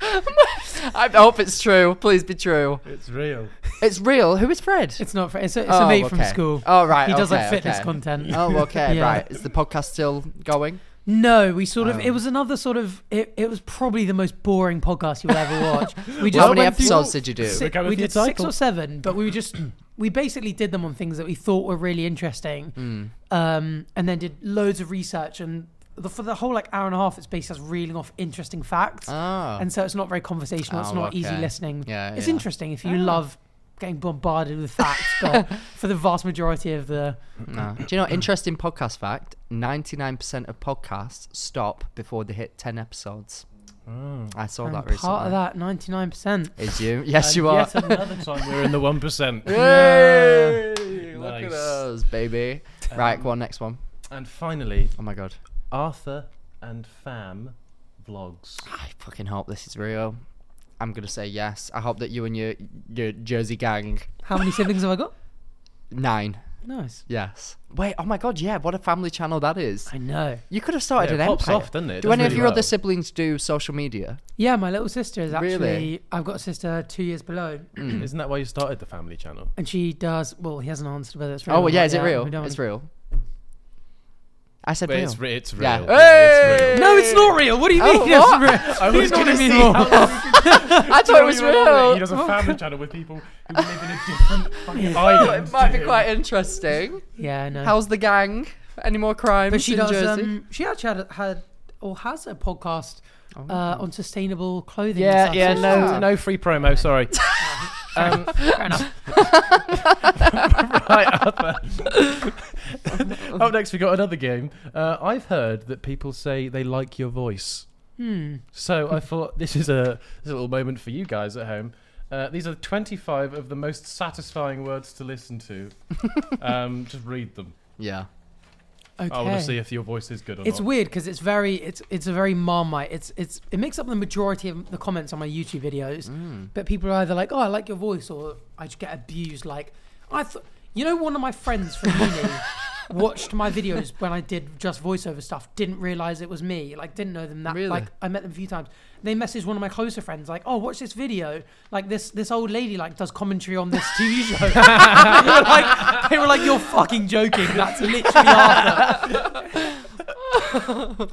I hope it's true. Please be true.
It's real.
It's real. Who is Fred?
It's not. Fr- it's a, it's
Oh,
a mate from
okay.
school.
Oh, right,
He does like
okay,
fitness
okay.
content.
oh, okay,
Yeah.
right. Is the podcast still going?
No, we sort of.
Oh.
It was another sort of. It, it was probably the most boring podcast you'll ever watch. We
How many
went through
episodes did you do?
si-
We're going
we
through
did
the
six
cycle.
or seven, but we were just. we basically did them on things that we thought were really interesting,
Hmm.
um, and then did loads of research and. The, for the whole like hour and a half, it's based us reeling off interesting facts,
Ah.
and so it's not very conversational. it's
Oh,
not easy
okay.
listening.
Yeah,
it's
yeah. Ah.
interesting if you love getting bombarded with facts, but for the vast majority of the
No. Do you know interesting podcast fact? Ninety nine percent of podcasts stop before they hit ten episodes.
Mm.
I saw
and
that
um, part
recently.
of that, ninety nine percent.
Is you? Yes, you are.
Yet another time we're in the one percent.
Yay! Look at
Nice. Um,
us, baby. right, go on, next one.
And finally,
Oh my god.
Arthur and Fam vlogs.
I fucking hope this is real. I'm gonna say yes. I hope that you and your your Jersey gang
How many siblings have I got?
nine.
Nice.
Yes. Wait. Oh my god. Yeah. What a family channel that is.
I know.
You could have started
Yeah, it
an
pops
empire.
off, doesn't it? It
Do
does
any of
really
your other
well.
siblings do social media?
Yeah, my little sister is actually.
Really?
I've got a sister two years below,
Hmm.
Isn't that why you started the family channel?
and she does. Well, he hasn't answered whether it's real.
Oh
or
yeah.
not
Is it
yet.
real?
We don't
It's
wanna-
real. I said
But
real.
it's, re- it's real.
Yeah.
It's real.
No, it's not real. What do you
Oh,
mean? it's
what?
real?
I
You
was
know what
gonna
I mean?
see how long we could-
I thought it was
He
real. Oh,
does a family channel with people who live in a different fucking island.
It might
to
be
him.
quite interesting.
Yeah, I know.
How's the gang? Any more crimes
but she
in
does.
Jersey? Oh,
Um, she actually had, had or has a podcast uh, on sustainable clothing. and
Yeah,
stuff,
yeah,
so
no, no free promo. Sorry. um,
Fair enough.
right, Arthur. Up next, we got another game. Uh, I've heard that people say they like your voice.
Hmm.
So I thought this is a, this is a little moment for you guys at home. Uh, these are 25 of the most satisfying words to listen to. um, just read them.
Yeah.
Okay.
I want to see if your voice is good or
It's
not.
weird because it's very it's it's a very marmite. It's it's it makes up the majority of the comments on my YouTube videos.
Mm.
But people are either like, "Oh, I like your voice," or I just get abused. Like, I thought you know, one of my friends from uni watched my videos when I did just voiceover stuff. Didn't realize it was me. Like, didn't know them that.
Really?
Like, I met them a few times. They messaged one of my closer friends like, "Oh, watch this video. Like this this old lady like does commentary on this TV show." they, were like, they were like, "You're fucking joking." That's literally Arthur.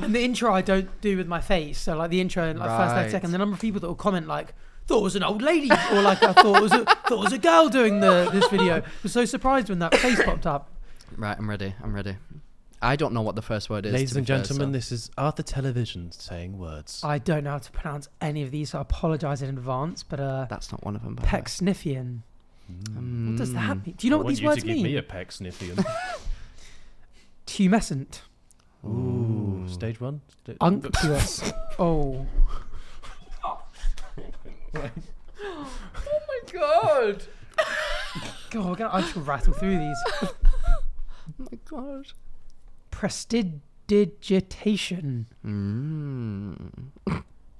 and the intro I don't do with my face. So like the intro and like first
Right.
leg second. The number of people that will comment like. Thought it was an old lady, or like I thought it was a, thought it was a girl doing the this video. was so surprised when that face popped up.
Right, I'm ready. I'm ready. I don't know what the first word is.
Ladies
to be
and
fair,
gentlemen,
so-
this is Arthur Television saying words.
I don't know how to pronounce any of these, so I apologise in advance. But uh,
That's not one of them. by the way.
Pecksniffian. What does that mean? Do you know
I
what
want
these
you
words
to give me
mean?
a peck sniffian.
Tumescent.
Ooh, stage one. Sta-
Unctuous. oh.
Oh my god!
God, we're gonna, I should rattle through these.
Oh my god.
Prestidigitation.
Mm.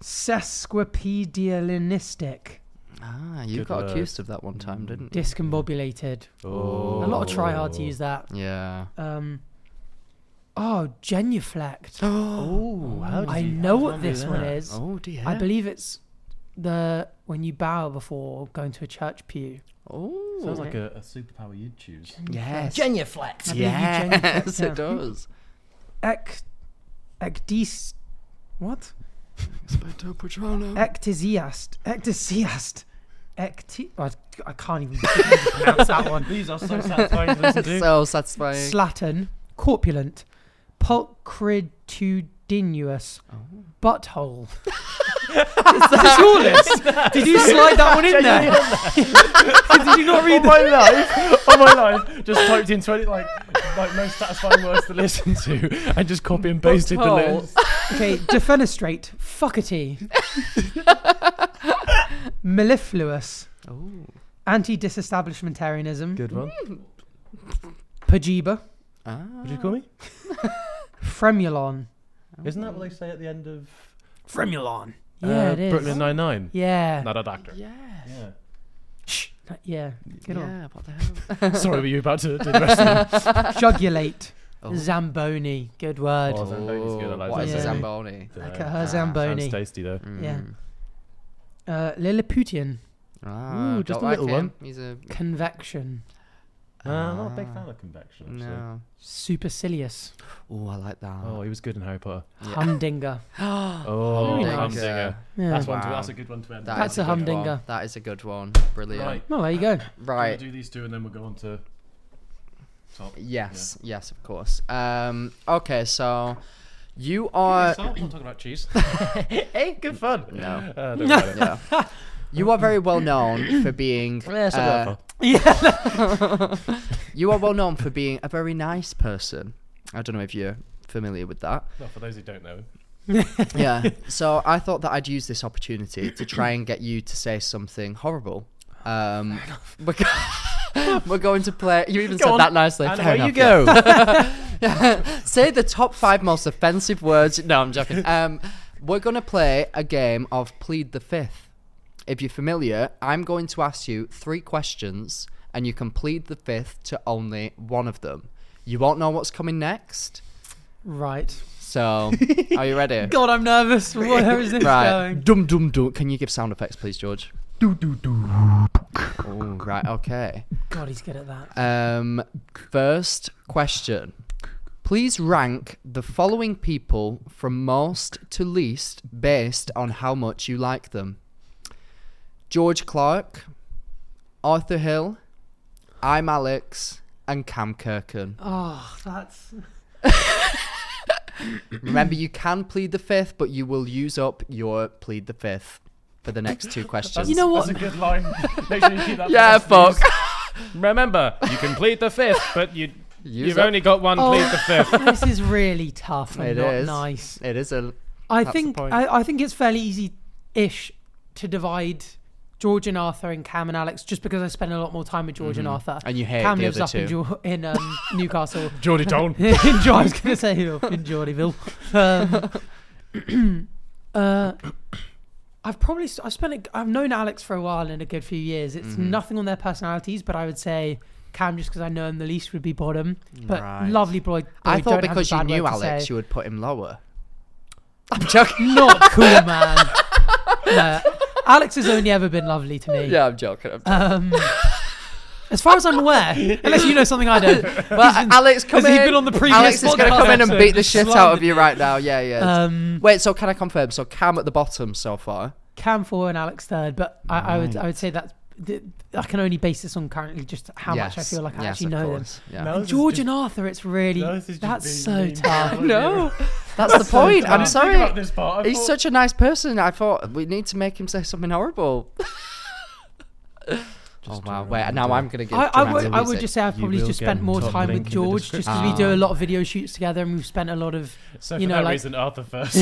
Sesquipedalinistic.
Ah, you
Good
got
word. Mm.
accused of that one time, didn't you?
Discombobulated.
Oh.
A lot of try hard to use that.
Yeah.
Uh,
Um, oh, genuflect.
Oh, how did
I
you-
know
how
what
did I do
this one
that?
is.
Oh dear.
I believe it's the when you bow before going to a church pew.
Oh.
Sounds like a, a superpower you'd choose.
yes.
Genuflect.
yes, it does.
Ec, ecdis, what?
Spento Patrono.
Ectisiast. Ectisiast. Ecti. I, I can't even pronounce that one.
These are so satisfying to listen to.
So satisfying.
Slattern. Corpulent. Pulchritudinous. Butthole. Is that your list? Did you slide that one in there? Did you not read
on
that?
Oh my life, on Oh my life, just typed in 20, like, like most satisfying words to listen to and just copy and pasted the
Butthole.
list.
Okay, defenestrate. Fuckety. Mellifluous.
Oh.
Anti disestablishmentarianism.
Good one.
Pajiba.
Ah.
What did you call me?
Fremulon.
Isn't that what they say at the end of
Fremulon.
uh,
Yeah, it is.
Brooklyn Nine-Nine?
Yeah.
Not a doctor.
Yes.
Yeah.
No, Yeah, good one.
yeah, what the hell?
Sorry, were you about to do the rest of them?
Jugulate,
Oh.
Zamboni, good word.
Oh, Zamboni's good, I like
what is a
Zamboni.
Zamboni?
Look at
Uh,
her Zamboni.
Sounds tasty though.
Yeah.
Mm.
Uh, Lilliputian,
Ah,
Ooh, just
don't
a little
like him.
one.
He's a
convection,
Uh, I'm not a big fan of convection. Actually.
no.
supercilious,
Oh, I like that.
Oh, he was good in Harry Potter.
humdinger.
Oh,
nice.
humdinger.
Yeah.
That's one. To,
Wow.
that's a good one to end.
That
on.
That's
is
a
good one.
humdinger.
That is a good one. Brilliant.
Right.
Right.
Well, there you go.
Right. Do these two, and then we'll go on to top.
Yes. Yes, of course. Um. Okay, so you are.
Salt, not talking about cheese. hey, good fun.
No.
Uh, don't worry about it.
Yeah. You are very well known for being. uh, you are well known for being a very nice person. I don't know if you're familiar with that.
Well, for those who don't know,
yeah. So I thought that I'd use this opportunity to try and get you to say something horrible. Um, we're, go- we're going to play. You even said
on.
that nicely.
and
Fair
away you
enough, yeah.
go.
Say the top five most offensive words. No, I'm joking. Um, we're going to play a game of Plead the Fifth. If you're familiar, I'm going to ask you three questions, and you can plead the fifth to only one of them. You won't know what's coming next.
Right.
So, are you ready?
God, I'm nervous. Where is this
Right.
going?
Dum dum dum. Can you give sound effects, please, George? Do do do. Oh, right. Okay.
God, he's good at that.
Um, first question. Please rank the following people from most to least based on how much you like them. George Clark, Arthur Hill, I'm Alex, and Cam Kirkin.
Oh, that's
Remember, you can plead the fifth, but you will use up your plead the fifth for the next two questions.
That's,
You know what?
That's a good line. Make sure you keep that. for
Yeah,
the rest
fuck.
of these. Remember, you can plead the fifth, but you
Use
you've
up-
only got one
Oh.
plead the fifth.
this is really tough and
It
not
is.
nice.
It is a
I
That's the
think
point.
I, I think it's fairly easy ish to divide George and Arthur and Cam and Alex just because I spend a lot more time with George and Arthur.
And you Mm-hmm. hate
Cam
the
lives
other
Uh, up in,
two.
Geor- in um, Newcastle.
Geordie Town.
in Geor- I was going to say Hill, in Geordieville. Um, uh, I've probably s- I've spent a, I've known Alex for a while in a good few years. It's
Mm-hmm.
nothing on their personalities, but I would say Cam just because I know him the least would be bottom. But
Right.
lovely boy. boy,
I
don't
thought
have a
because you
bad
knew
word to say.
Alex, you would put him lower. I'm joking.
not cool, man. No, Alex has only ever been lovely to me.
yeah, I'm joking. I'm joking.
Um, as far as I'm aware, unless you know something I don't.
Well, Alex, come
has
in.
he been on the previous
Alex is going to
podcast?
come in and beat the
Just
shit out of you right now. Yeah, yeah.
Um,
Wait, so can I confirm? So Cam at the bottom so far.
Cam four and Alex third, but I, I would I would say that I can only base this on currently just how much I
Yes,
feel like I
yes,
actually
of
know them.
course, Yeah.
George and Arthur, it's really that's so tough.
No,
That's the point. I'm sorry.
About this part. I
He's
thought-
such a nice person. I thought we need to make him say something horrible. oh wow! Wait, now I'm gonna give.
I, I, would,
dramatic
I would
music.
just say I've
You
probably
will
just
get
spent more
top
time
link
with
in the
George just because we do a lot of video shoots together and we've spent a lot of
So
you
for
know,
that
like-
reason, Arthur first.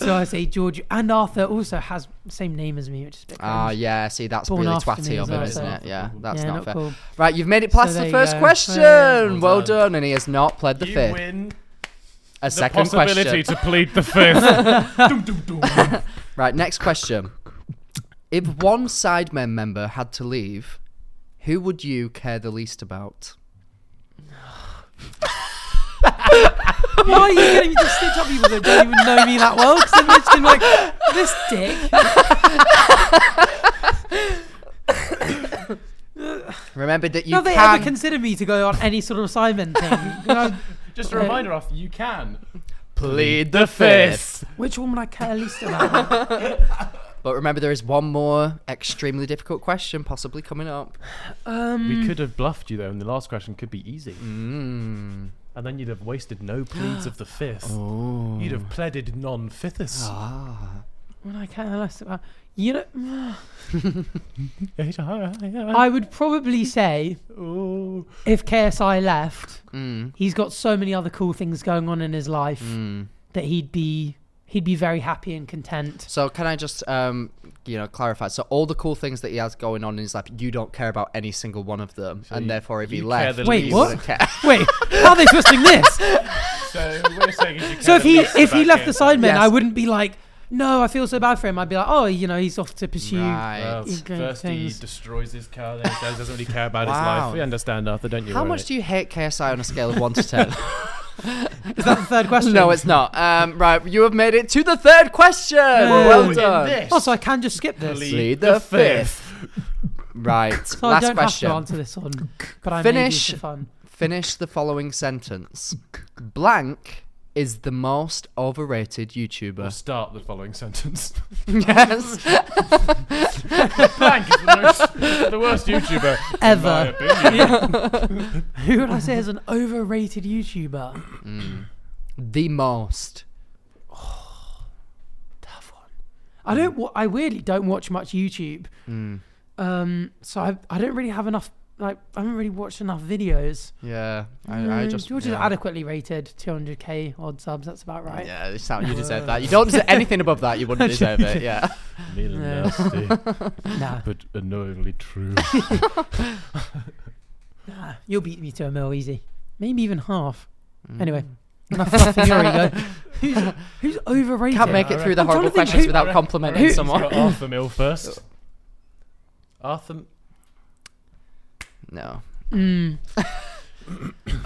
so I say George and Arthur also has same name as me, which is a bit
Ah,
cringe.
yeah. See, that's
Born
really
after me
twatty
as
of him,
well,
isn't
so-
it? Yeah, that's
Yeah,
not,
not
fair.
cool.
Right, you've made it past
So
the
there
first
you go.
question.
Well
Well,
done.
done, and he has not pled the
you
fifth.
win
A
the
second question.
possibility to plead the fifth. Dum, dum, dum.
Right, next question. If one Sidemen member had to leave, who would you care the least about?
Why are you getting me to stitch up people that don't even know me that well? Because I'm just like, this dick.
Remember that you
Now they
can.
ever consider me to go on any sort of assignment thing. You know,
Just a reminder, Arthur, you can
plead the fifth.
which one would I care least about?
But remember, there is one more extremely difficult question possibly coming up.
We could have bluffed you though, and the last question could be easy. And then you'd have wasted no pleads of the fifth. You'd have pleaded non fifths.
One I care less about. You
Mm.
know,
I,
I would probably say if KSI left,
Mm.
he's got so many other cool things going on in his life that he'd be he'd be very happy and content.
So can I just, um, you know, clarify? So all the cool things that he has going on in his life, you don't care about any single one of them, and therefore if he
you care
left,
the
Wait,
you
what?
wouldn't care.
Wait, how are they twisting this?
so we're saying is you cared
So if he
least
if he
about
left
KSI.
the Sidemen,
Yes.
I wouldn't be like, no, I feel so bad for him. I'd be like, oh, you know, he's off to pursue.
Right.
Well,
He's doing
first
things.
he destroys his car, then he goes, doesn't really care about his
Wow.
life. We understand Arthur, don't you?
How
worry.
much do you hate KSI on a scale of one to ten?
Is that the third question?
no, it's not. Um, right, you have made it to the third question. Well
in
done.
this?
Also, I can just skip this.
Please.
Lead
The
the fifth. Right,
So I
last
don't have
question.
to answer this one, but I
Finish.
Finish. made you for fun.
Finish the following sentence. Blank is the most overrated
We'll
YouTuber.
start the following sentence.
yes.
Blank is the, most, the worst YouTuber
Ever.
In my opinion.
Who would I say is an overrated YouTuber?
the most.
I don't. wa- I weirdly don't watch much YouTube.
Hmm.
Um, so I, I don't really have enough. Like I haven't really watched enough videos.
Yeah. I, I
Mm,
just.
George is
yeah.
adequately rated, 200k odd subs. That's about right. Uh.
Yeah, it's not- you deserve that. You don't deserve anything above that. You wouldn't deserve it. Yeah.
Mean and nasty,
Nah,
but annoyingly true.
nah, you'll beat me to a mil easy. Maybe even half.
Mm.
Anyway, enough fluffing your ego. Who's, who's overrated?
Can't make it through the
I'm trying
horrible
to think
questions
who-
without complimenting
who-
someone.
Arthur Mill first. Arthur.
No.
Mm.
I'm trying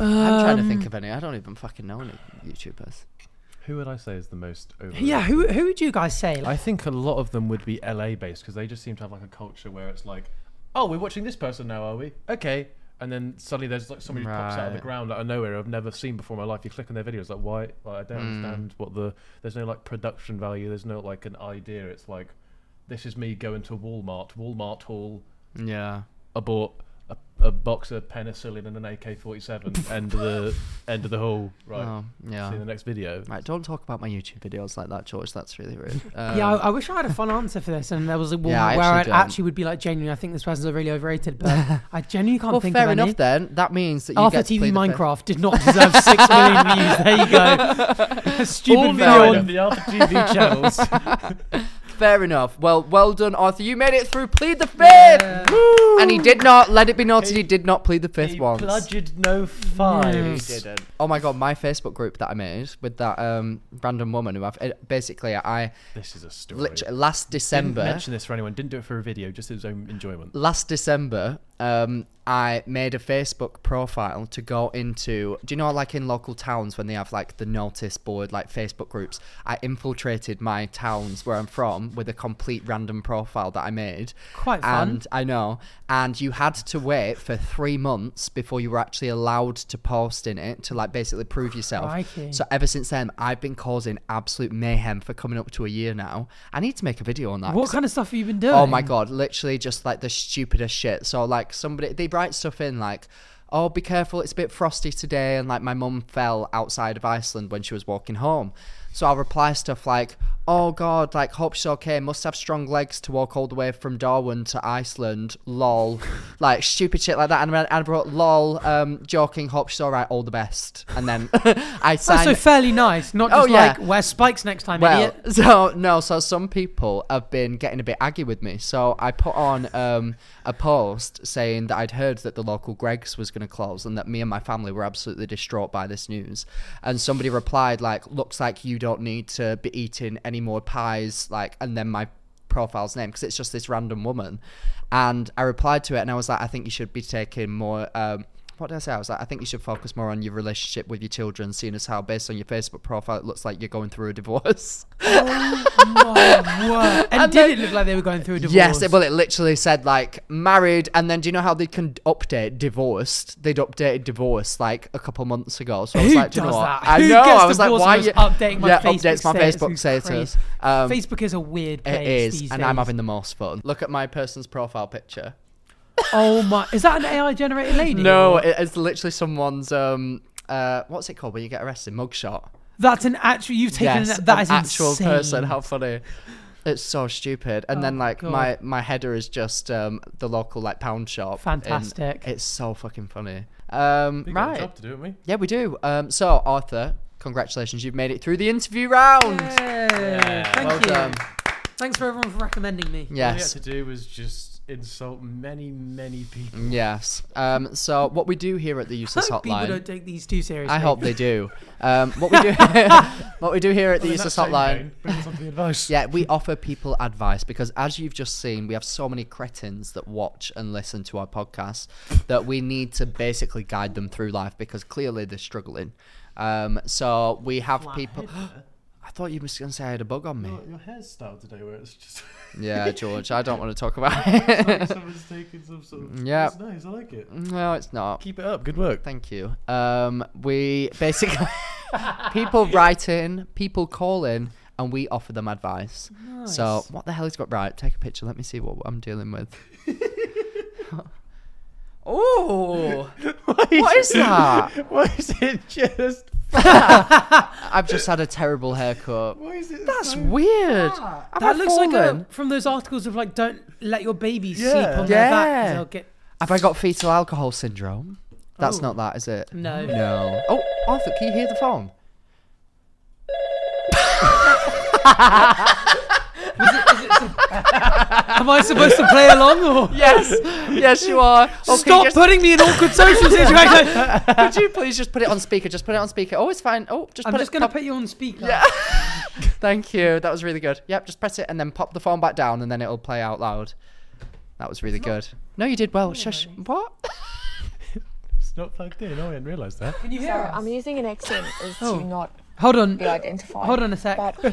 to
Um,
think of any. I don't even fucking know any YouTubers.
Who would I say is the most overrated?
Yeah, who who would you guys say? Like,
I think a lot of them would be LA based because they just seem to have like a culture where it's like, oh, we're watching this person now, are we? Okay. And then suddenly there's like somebody who pops out of the
Right.
ground out of nowhere I've never seen before in my life. You click on their videos, like, why? Like, I don't
Hmm.
understand what the. There's no like production value, there's no like an idea. It's like, this is me going to Walmart, Walmart Hall,
Yeah.
I bought a, a box of penicillin and an AK 47, end of the end of the hall. Right.
Oh,
See you in
yeah.
the next video.
Right, don't talk about my YouTube videos like that, George. That's really rude. Um,
yeah, I, I wish I had a fun answer for this, and there was a one
Yeah, I
where I
actually don't.
actually would be like, genuinely, I think this person's really overrated, but I genuinely can't
well,
think
fair
of
enough
any.
then. That means that you
Arthur
get to play
TV
the fifth-
Minecraft did not deserve six million views. There you go. A stupid
All
video.
valid.
on-
of the Alpha TV channels.
Fair enough. Well, well done, Arthur. You made it through. Plead the fifth. And he did not. Let it be noted, he, did not plead the fifth
He
once.
Bludgeoned no five.
Oh my god, my Facebook group that I made with that um, random woman who I've it- basically I
This is a story.
literally, last
Didn't
December.
mention this for anyone. Didn't do it for a video, just his own enjoyment.
last December, um, I made a Facebook profile to go into. Do you know, like in local towns when they have like the notice board, like Facebook groups? I infiltrated my towns where I'm from with a complete random profile that I made.
Quite fun.
And I know. And you had to wait for three months before you were actually allowed to post in it to like basically prove yourself.
Crikey.
So ever since then, I've been causing absolute mayhem for coming up to a year now. I need to make a video on that.
What
'cause
kind of stuff have you been doing?
Oh my god, literally just like the stupidest shit. So like somebody they write stuff in like Oh, be careful, it's a bit frosty today. And like, my mum fell outside of Iceland when she was walking home. So I'll reply stuff like, Oh God, like, hope she's okay. Must have strong legs to walk all the way from Darwin to Iceland. Lol. like, stupid shit like that. And I- and I wrote, Lol, um, joking, hope she's all right, all the best. And then I
That's
signed.
so fairly nice. Not
Oh,
just
yeah.
like wear spikes next time,
Well,
idiot.
so no, so some people have been getting a bit aggy with me. So I put on um, a post saying that I'd heard that the local Greg's was going to close and that me and my family were absolutely distraught by this news. And somebody replied like, "Looks like you don't need to be eating any more pies." Like, and then my profile's name because it's just this random woman. And I replied to it and I was like, I think you should be taking more. Um, what did I say? I was like, I think you should focus more on your relationship with your children, seeing as how, based on your Facebook profile, it looks like you're going through a divorce.
Oh, My word. And, did
then-
it look like they were going through a divorce?
yes, it, well, it literally said like married, and then do you know how they can update divorced? They'd updated divorce like a couple months ago. So I was
Who
like, do you know
does
what?
that?
I
Who
know.
gets
I was like,
divorced
why
and
you
goes, "Updating my
yeah,
Facebook
updates my
status."
Facebook
It's
status.
crazy.
Um,
Facebook is a weird place.
it is,
these
and I'm
days.
having the most fun. Look at my person's profile picture.
Oh my! Is that an AI generated lady?
No,
or-
it, it's literally someone's um uh what's it called when you get arrested? Mugshot.
that's an actual. You've taken
yes,
that. That
an
is
actual
insane.
person. How funny. It's so stupid. And then
Oh,
like
God.
my my header is just um the local like pound shop. and
Fantastic.
It's so fucking funny. Um
We got a
right.
job to do, haven't we?
Yeah, we do. Um so Arthur, congratulations. You've made it through the interview round.
Yay, Thank
well
you.
done.
Thanks for everyone for recommending me.
All we had
Yes.
to do was just insult many, many people.
Yes. Um, so what we do here at the Useless
hope people
Hotline.
don't take these too seriously.
I hope they do. Um, what we do, what we do here at the
In that
Useless
same
Hotline.
vein, Bring us on to the advice.
Yeah, we offer people advice because, as you've just seen, we have so many cretins that watch and listen to our podcast that we need to basically guide them through life because clearly they're struggling. Um, so we have people. I thought you were going to say I had a bug on me.
Your- Your hairstyle today, where it's just
Yeah, George, I don't want to talk about it.
like someone's taking some sort of.
Yeah.
It's nice. I like it.
no, it's not.
Keep it up. Good work.
Thank you. Um, we basically people write in, people call in, and we offer them advice. So what the hell has got right? Take a picture. Let me see what I'm dealing with. oh, what is that?
Why is it just?
I've just had a terrible haircut.
Why is it?
That's weird. Have I
Ah, that looks like
fallen?
a, from those articles of like don't let your baby sleep
Yeah.
on their back 'cause
Yeah.
they'll get
Have I got fetal alcohol syndrome? That's not that, is it?
Oh. no.
No. Oh, Arthur, can you hear the phone?
Am I supposed to play along or
Yes, yes, you are. Okay,
stop
just-
putting me in awkward social situations?
Could you please just put it on speaker? Just put it on speaker. Oh, it's fine. Oh, just
I'm
put
just
it.
gonna
pop-
put you on speaker.
Yeah. Thank you. That was really good. Yep, just press it and then pop the phone back down and then it'll play out loud. That was really good. No, you did well. Shush. What?
It's not plugged in. Oh, I didn't realise that.
Can you hear
Sorry,
us?
I'm using an accent is to not
Hold on.
be identified.
Oh. Hold on a sec.
But,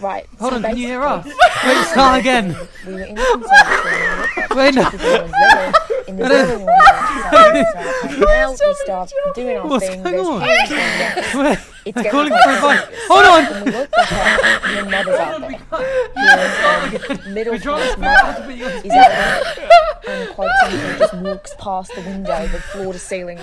right.
Hold
so
on, can you hear us?
basically,
Wait, start again.
We were in the conservatory.
Wait, no.
There was little in the building when we were inside. Now we start doing our
What's
thing.
going
There's
on?
parents going down.
Wait,
It's
I'm
getting
calling
quite
for advice.
serious.
Hold on.
When we look at her, your mother's out there. Your um, middle
We're trying to figure out how
class
to
mother
put you on
is out there and quite simply just walks past the window, the floor to ceiling.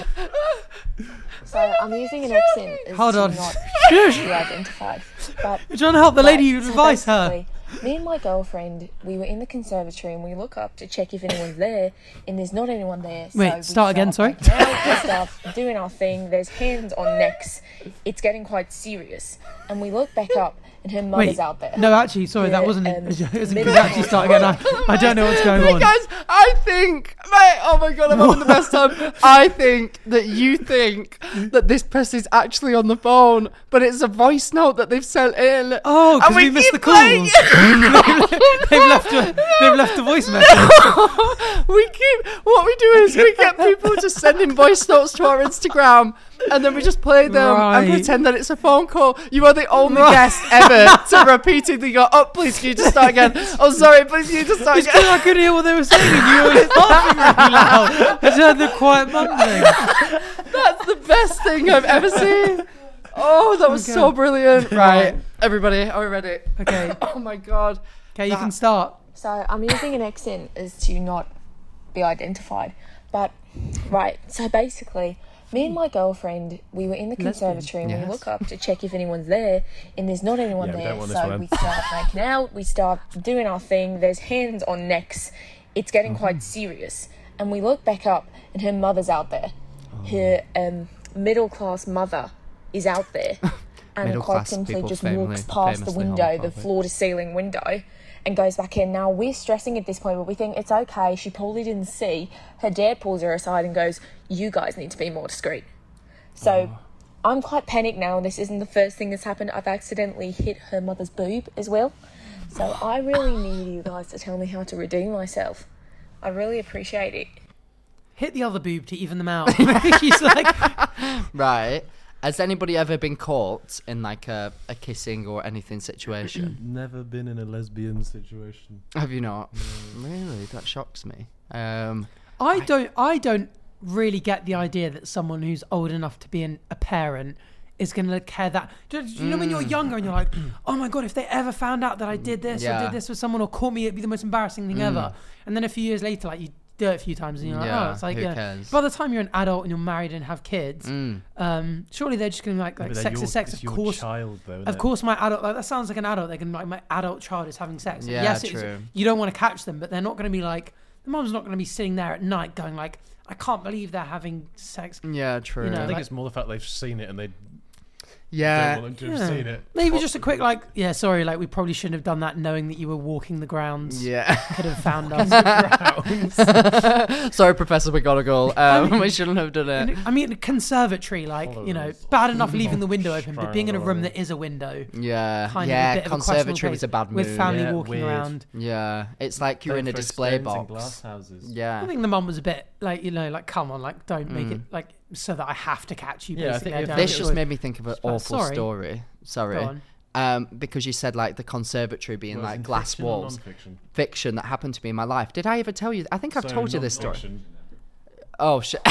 So I'm using an accent as
Hold
to
on.
not
Shush.
be identified. But
We're trying to help the lady
Right,
you
so
advise her.
basically, Me and my girlfriend, we were in the conservatory and we look up to check if anyone's there, and there's not anyone there. so
Wait,
we
start again, sorry.
packing out the stuff, doing our thing. There's hands on necks. It's getting quite serious, and we look back up, and her mother's
Wait,
out there.
no, actually, sorry, that
Yeah,
wasn't. it
um,
isn't
middle
good. Actually,
class
start again. I, I don't know what's going
Hey,
on.
guys, I think, mate, oh my god, I'm having the best time. I think that you think that this person is actually on the phone, but it's a voice note that they've sent in. And
Oh, because we, missed the
keep
call.
playing
they've, left a, they've left a voice message.
we keep what we do is we get people to send in voice notes to our Instagram, and then we just play them and
Right.
pretend that it's a phone call. You are the only guest ever to repeatedly go, "Oh, please, can you just start again? Oh, sorry, please, can you just start
It's 'cause
again?"
I couldn't hear what they were saying, and you were just laughing really loud. I just heard the quiet mumbling.
That's the best thing I've ever seen. Oh, that was so brilliant! Right, everybody, are we ready?
Okay,
Oh my god.
okay, you can start.
So I'm using an accent as to not be identified. But right, so basically, me and my girlfriend, we were in the conservatory and we look up to check if anyone's there, and there's not anyone
Yeah, we
there.
don't want this
so
one.
we start making out, we start doing our thing. There's hands on necks. It's getting quite
Mm-hmm.
serious, and we look back up, and her mother's out there. Her um, middle class mother is out there. And
Middle-class
quite simply
people
just
family-
walks past the
famously
window, the
homophobic.
floor to ceiling window, and goes back in. Now we're stressing at this point, but we think it's okay. She probably didn't see. Her dad pulls her aside and goes, "You guys need to be more discreet." So
Oh.
I'm quite panicked now. This isn't the first thing that's happened. I've accidentally hit her mother's boob as well. So I really need you guys to tell me how to redeem myself. I really appreciate it.
Hit the other boob to even them out. She's like,
Right. Has anybody ever been caught in like a, a kissing or anything situation?
Never been in a lesbian situation.
Have you not? Really? That shocks me. Um,
I don't, I don't really get the idea that someone who's old enough to be an, a parent is going to care that. Do, do you know when you're younger and you're like, oh my god, if they ever found out that I did this or
Yeah.
did this with someone or caught me, it'd be the most embarrassing thing ever. And then a few years later, like you do it a few times and you're like,
Yeah,
oh, it's like,
who
yeah.
cares?
By the time you're an adult and you're married and have kids, um, surely they're just going to like, like
But they're
sex
your-
is sex.
it's
Of
your
course,
child though.
Of course, my adult like, that sounds like an adult. They're gonna be like my adult child is having sex. And
Yeah,
yes, it's-
true.
you don't want to catch them, but they're not gonna be like the mom's not gonna be sitting there at night going like, I can't believe they're having sex.
yeah, true.
know,
I
like-
think it's more the fact they've seen it and they Don't
Uh, Yeah.
want them to have seen it.
Maybe just a quick like, yeah, sorry, like we probably shouldn't have done that, knowing that you were walking the grounds.
Yeah.
could have found us.
Sorry, Professor McGonagall. Um, we shouldn't have done it.
I mean, a conservatory, like you know, bad enough leaving the window open, but being in a room that is a window,
Yeah.
kind of
yeah.
a bit of a
conservatory
questionable
was
place
a bad move.
with family
Yeah,
walking
weird.
around.
Yeah. It's like you're in a
Don't throw
display
stones in
box.
glass houses.
I
Yeah.
think the mum was a bit like, you know, like come on, like don't make
Mm.
it like so that I have to catch you.
Yeah, I
basically,
think if
don't
they
want
This
to-
just made me think of an
like,
awful
uh, sorry.
story.
Go
Sorry.
on.
Um, because you said like the conservatory being
Well, it's
like
in
glass
fiction or
walls.
non-fiction?
Fiction that happened to me in my life. Did I ever tell you? I think I've
So
told you this story.
non-fiction.
Oh shit.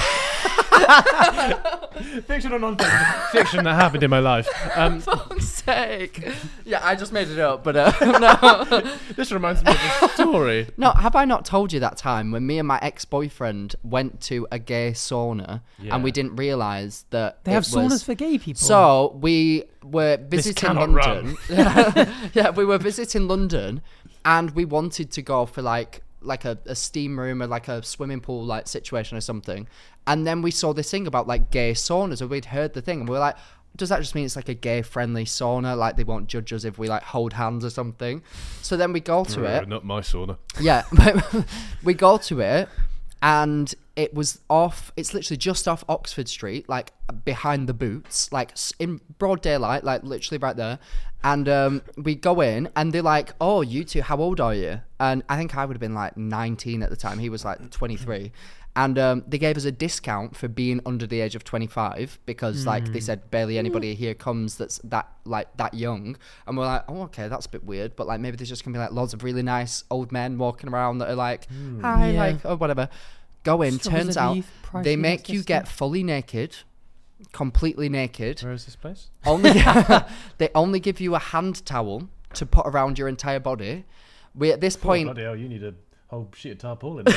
Fiction or non-fiction? fiction that happened in my life. Um,
fuck's sake. Yeah, I just made it up, but uh, no.
this reminds me of a story.
No, have I not told you that time when me and my ex boyfriend went to a gay sauna
Yeah.
and we didn't realise that
They
it
have saunas
was-
for gay people.
So we were visiting
cannot
London. yeah, we were visiting London, and we wanted to go for like like a, a steam room or like a swimming pool like situation or something. And then we saw this thing about like gay saunas, and we'd heard the thing, and we were like. Does that just mean it's like a gay friendly sauna? Like they won't judge us if we like hold hands or something. So then we go to it.
Not my sauna.
Yeah, but we go to it, and it was off. It's literally just off Oxford Street, like behind the boots, like s- in broad daylight, like literally right there. And um, we go in, and they're like, "Oh, you two, how old are you?" And I think I would have been like 19 at the time. He was like 23. And um, they gave us a discount for being under the age of 25 because, like,
Hmm.
they said
Hmm.
barely anybody here comes that's that like that young. And we're like, oh, okay, that's a bit weird. But like, maybe there's just gonna be like lots of really nice old men walking around that are like,
Hmm.
hi,
Yeah.
like, or whatever. Go in.
Struggles
Turns
of
out
youth, pride
they
against
make you
this
get
stuff.
fully naked, completely naked.
Where is this place?
Only they only give you a hand towel to put around your entire body. We at this
Oh,
point
bloody hell, you need a whole sheet of tarpaulin. there.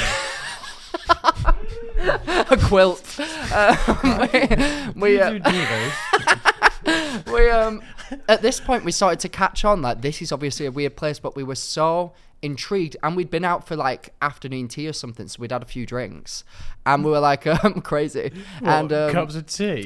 a quilt. Um, we, we, uh,
you do do those.
we um at this point we started to catch on like this is obviously a weird place but we were so intrigued and we'd been out for like afternoon tea or something so we'd had a few drinks and we were like um crazy and um,
cups of tea.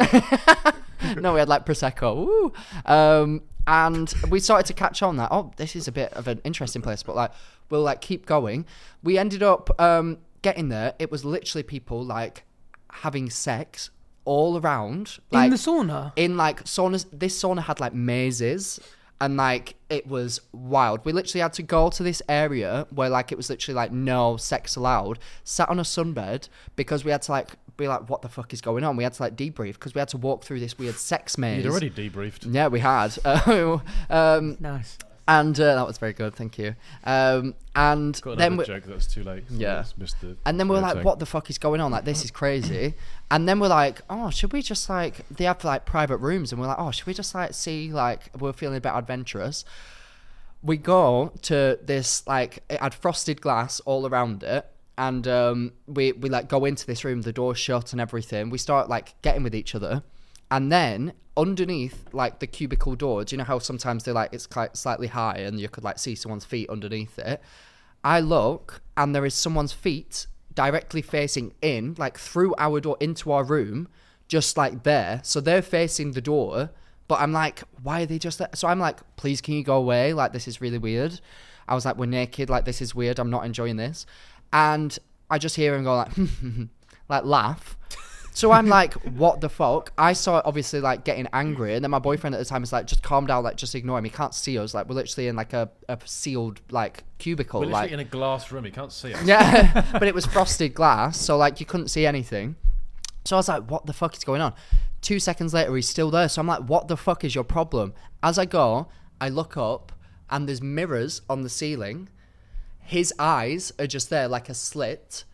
no we had like prosecco Woo. um and we started to catch on that oh this is a bit of an interesting place but like we'll like keep going we ended up um getting there it was literally people like having sex all around like
in the sauna,
in like saunas this sauna had like mazes and like it was wild we literally had to go to this area where like it was literally like no sex allowed sat on a sunbed because we had to like be like what the fuck is going on we had to like debrief because we had to walk through this weird sex maze
You'd already debriefed.
yeah we had um
nice.
and uh, that was very good thank you um and
Got
then
another
we,
joke. That's too late.
Yeah.
It's missed the
and then we were
the
like,
thing.
what the fuck is going on? Like, this is crazy. And then we're like, oh, should we just like, they have like private rooms. And we're like, oh, should we just like see, like, we're feeling a bit adventurous. We go to this, like, it had frosted glass all around it. And um, we, we like go into this room, the door's shut and everything. We start like getting with each other. And then underneath, like the cubicle door, do you know how sometimes they're like, it's quite slightly high and you could like see someone's feet underneath it? I look and there is someone's feet directly facing in, like through our door into our room, just like there. So they're facing the door, but I'm like, why are they just there? So I'm like, please, can you go away? Like, this is really weird. I was like, we're naked. Like, this is weird. I'm not enjoying this. And I just hear him go, like, like laugh. So I'm like, what the fuck? I saw it obviously like getting angry, and then my boyfriend at the time was like, just calm down, like just ignore him. He can't see us. Like we're literally in like a, a sealed like cubicle.
We're literally
like
in a glass room. You can't see us.
yeah, but it was frosted glass, so like you couldn't see anything. So I was like, what the fuck is going on? Two seconds later, he's still there. So I'm like, what the fuck is your problem? As I go, I look up, and there's mirrors on the ceiling. His eyes are just there, like a slit.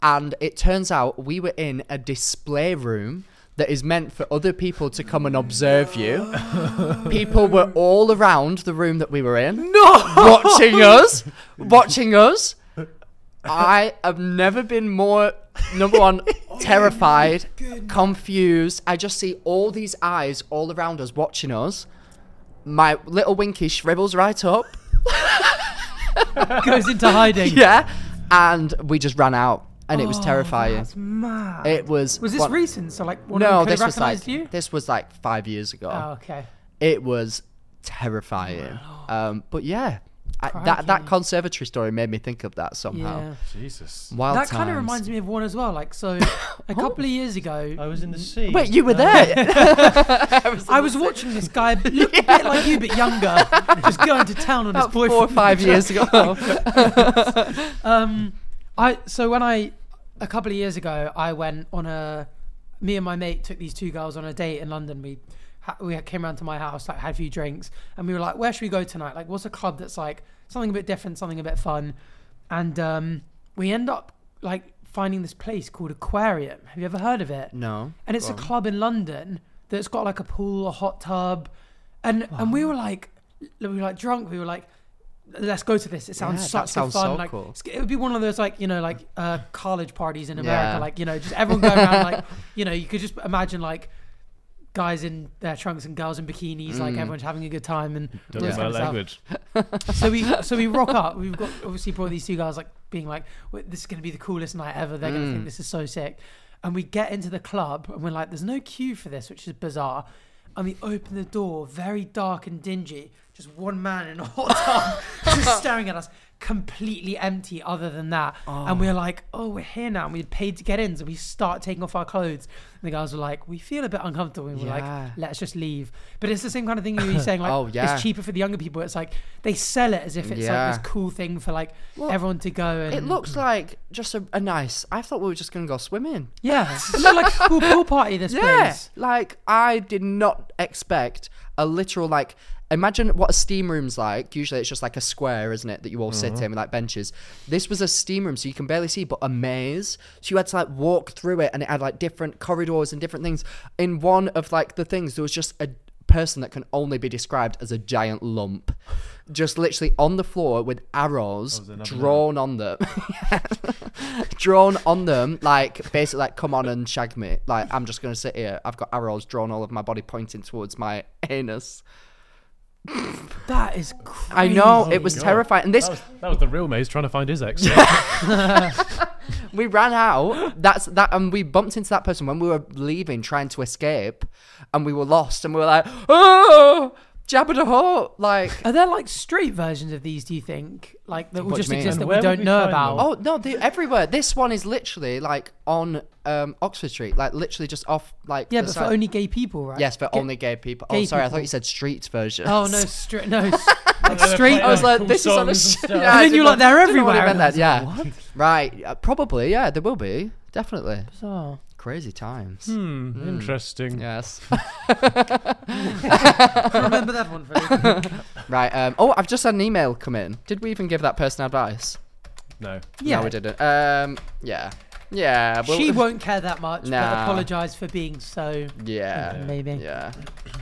And it turns out we were in a display room that is meant for other people to come and observe you. people were all around the room that we were in. No! Watching us. Watching us. I have never been more number
Oh,
one terrified, confused. I just see all these eyes all around us watching us. My little winky shrivels right up.
Goes into hiding.
Yeah. And we just ran out. and it was terrifying.
Oh, That's mad.
It was.
was this
one-
recent? So like, one
No,
of them
this was
recognized
like
you.
this was like five years ago.
Oh, okay.
It was terrifying. Um, but yeah, I, that that
Crikey.
conservatory story made me think of that somehow.
Yeah.
Jesus.
Wild
that kind of
times. Oh.
reminds me of one as well. Like, so a couple of years ago,
I was in the sea.
Wait, you were there?
I was watching this guy look a bit like you, but younger, just going to town on his
About
boyfriend.
four or five years ago.
Um, I so when I a couple of years ago, I went on a. Me and my mate took these two girls on a date in London. We ha- we came round to my house, like had a few drinks, and we were like, "Where should we go tonight? Like, what's a club that's like something a bit different, something a bit fun?" And um, we end up like finding this place called Aquarium. Have you ever heard of it?
no.
and it's a club in London that's got like a pool, a hot tub, and and we were like, we were like drunk. We were like, let's go to this. It sounds
Yeah, that
such
sounds
fun.
so
like,
cool.
it's- It would be one of those like you know like uh, college parties in America.
Yeah.
Like you know just everyone going around like you know you could just imagine like guys in their trunks and girls in bikinis. Like
Mm.
everyone's having a good time and all
Don't
this
know my
kind of stuff
language.
so we so we rock up. We've got obviously brought these two guys like being like, "Well, "This is gonna be the coolest night ever. They're gonna
Mm.
think this is so sick." And we get into the club and we're like, "There's no queue for this," which is bizarre. And we open the door, very dark and dingy. Just one man in a hot tub, just staring at us, completely empty. Other than that, and we're like, "Oh, we're here now." And we paid to get in, so we start taking off our clothes. And the guys were like, "We feel a bit uncomfortable." And we're
Yeah.
like, "Let's just leave." But it's the same kind of thing you were saying, like,
Oh, yeah.
it's cheap cheaper for the younger people. It's like they sell it as if it's
Yeah.
like this cool thing for like
Well,
everyone to go and
It looks like just a, a nice. I thought we were just gonna go swimming.
yeah, it looked like a cool pool party. This place.
like I did not expect a literal like. Imagine what a steam room's like. Usually, it's just like a square, isn't it, that you all sit in with like benches. This was a steam room, so you can barely see, but a maze. So you had to like walk through it, and it had like different corridors and different things. In one of like the things, there was just a person that can only be described as a giant lump, just literally on the floor with arrows drawn on them, drawn on them, like basically like come on and shag me. Like I'm just gonna sit here. I've got arrows drawn all over my body, pointing towards my anus.
That is crazy.
I know Oh, it
Oh
was terrifying, and this
Oh, That was, that was the real maze trying to find his ex.
we ran out. That's that, and we bumped into that person when we were leaving, trying to escape, and we were lost, and we were like, oh, jabba the hut, like.
Are there like straight versions of these? Do you think like that will
What do
just
you mean?
exist that
And
we
where would
don't
we
know
find
about?
them?
Oh no, they're everywhere. This one is literally like on um, Oxford Street, like literally just off like
yeah,
the
but for
side-
only gay people, right?
yes, for
Ga-
only gay people. oh,
gay
sorry, I
people.
thought you said street version.
Oh no, straight no, s- like straight.
I was like,
Cool
this is on a.
songs and
sh-
stuff.
Yeah, I
And then
did
you're
not-
like, they're
didn't know what you
everywhere.
meant
And I was
then, Yeah, right. uh, probably. Yeah, there will be definitely
oh.
crazy times.
Hmm.
Hmm,
Mm.
Interesting.
Yes.
remember that one. Freddie.
right. Um, oh, I've just had an email come in. Did we even give that person advice?
No.
yeah,
No, we didn't. Um, yeah. Yeah. Well,
she won't care that much, but
Nah.
apologise for being so.
Yeah.
Maybe.
Yeah.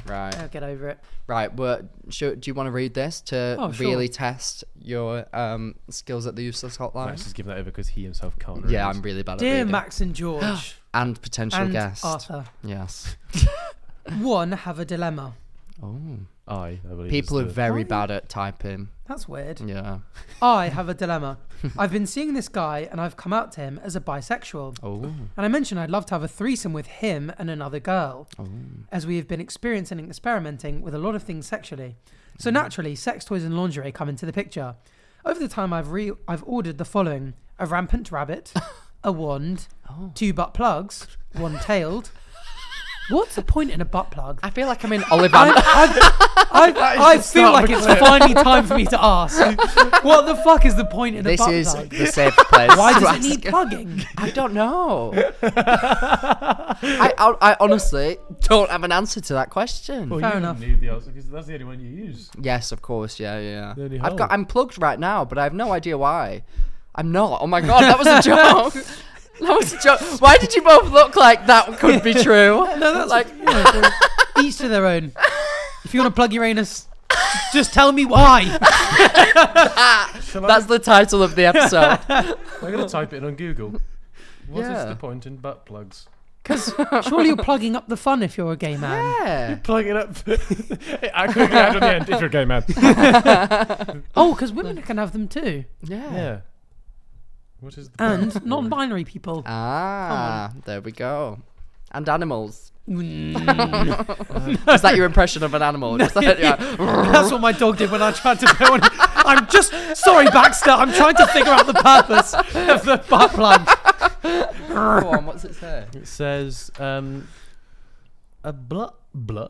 Right.
I'll get over it.
Right. Well, sure, do you want to read this to
Oh, sure.
really test your um, skills at the useless hotline?
Max is giving that over because he himself can't. read.
Yeah, I'm really bad at
Dear
reading.
Max and George
and potential
and
guest.
Arthur,
Yes.
one have a dilemma.
Oh.
I. I believe
People are
is the-
very bad at typing.
That's weird.
Yeah.
I have a dilemma. I've been seeing this guy and I've come out to him as a bisexual.
Oh.
And I mentioned I'd love to have a threesome with him and another girl,
Oh.
as we have been experiencing and experimenting with a lot of things sexually.
Mm.
So naturally, sex toys and lingerie come into the picture. Over the time, I've re- I've ordered the following: a rampant rabbit, a wand,
Oh.
two butt plugs, one tailed. What's the point in a butt plug?
I feel like I'm in Ollivander.
I, I feel like it's finally time for me to ask. what the fuck is the point in a
this
butt
is
plug?
the safe place.
Why
to
does
ask.
it need plugging?
I don't know. I, I, I honestly don't have an answer to that question.
Well,
Fair
Oh, you
enough.
knew the answer because that's the only one you use.
Yes, of course. Yeah, yeah.
The only
I've got.
hole.
I'm plugged right now, but I have no idea why. I'm not. Oh my god, that was a joke. that was a joke. Why did you both look like that could be true? no, that's like.
Each to their own. If you want to plug your anus, just tell me why.
That's the title of the episode.
I'm gonna type it in on Google. What is
Yeah.
the point in butt plugs?
Because surely you're plugging up the fun if you're a gay man.
yeah.
Plug it up. I quickly add on the end if you're a gay man.
Oh, because women can have them too.
Yeah.
yeah. What is the
and non-binary people.
Ah, there we go. And animals. Mm. Is that your impression of an animal? Just like, yeah.
That's what my dog did when I tried to go on. I'm just sorry, Baxter. I'm trying to figure out the purpose of the butt plug.
Go on, what's it say?
It says um, a blah blah.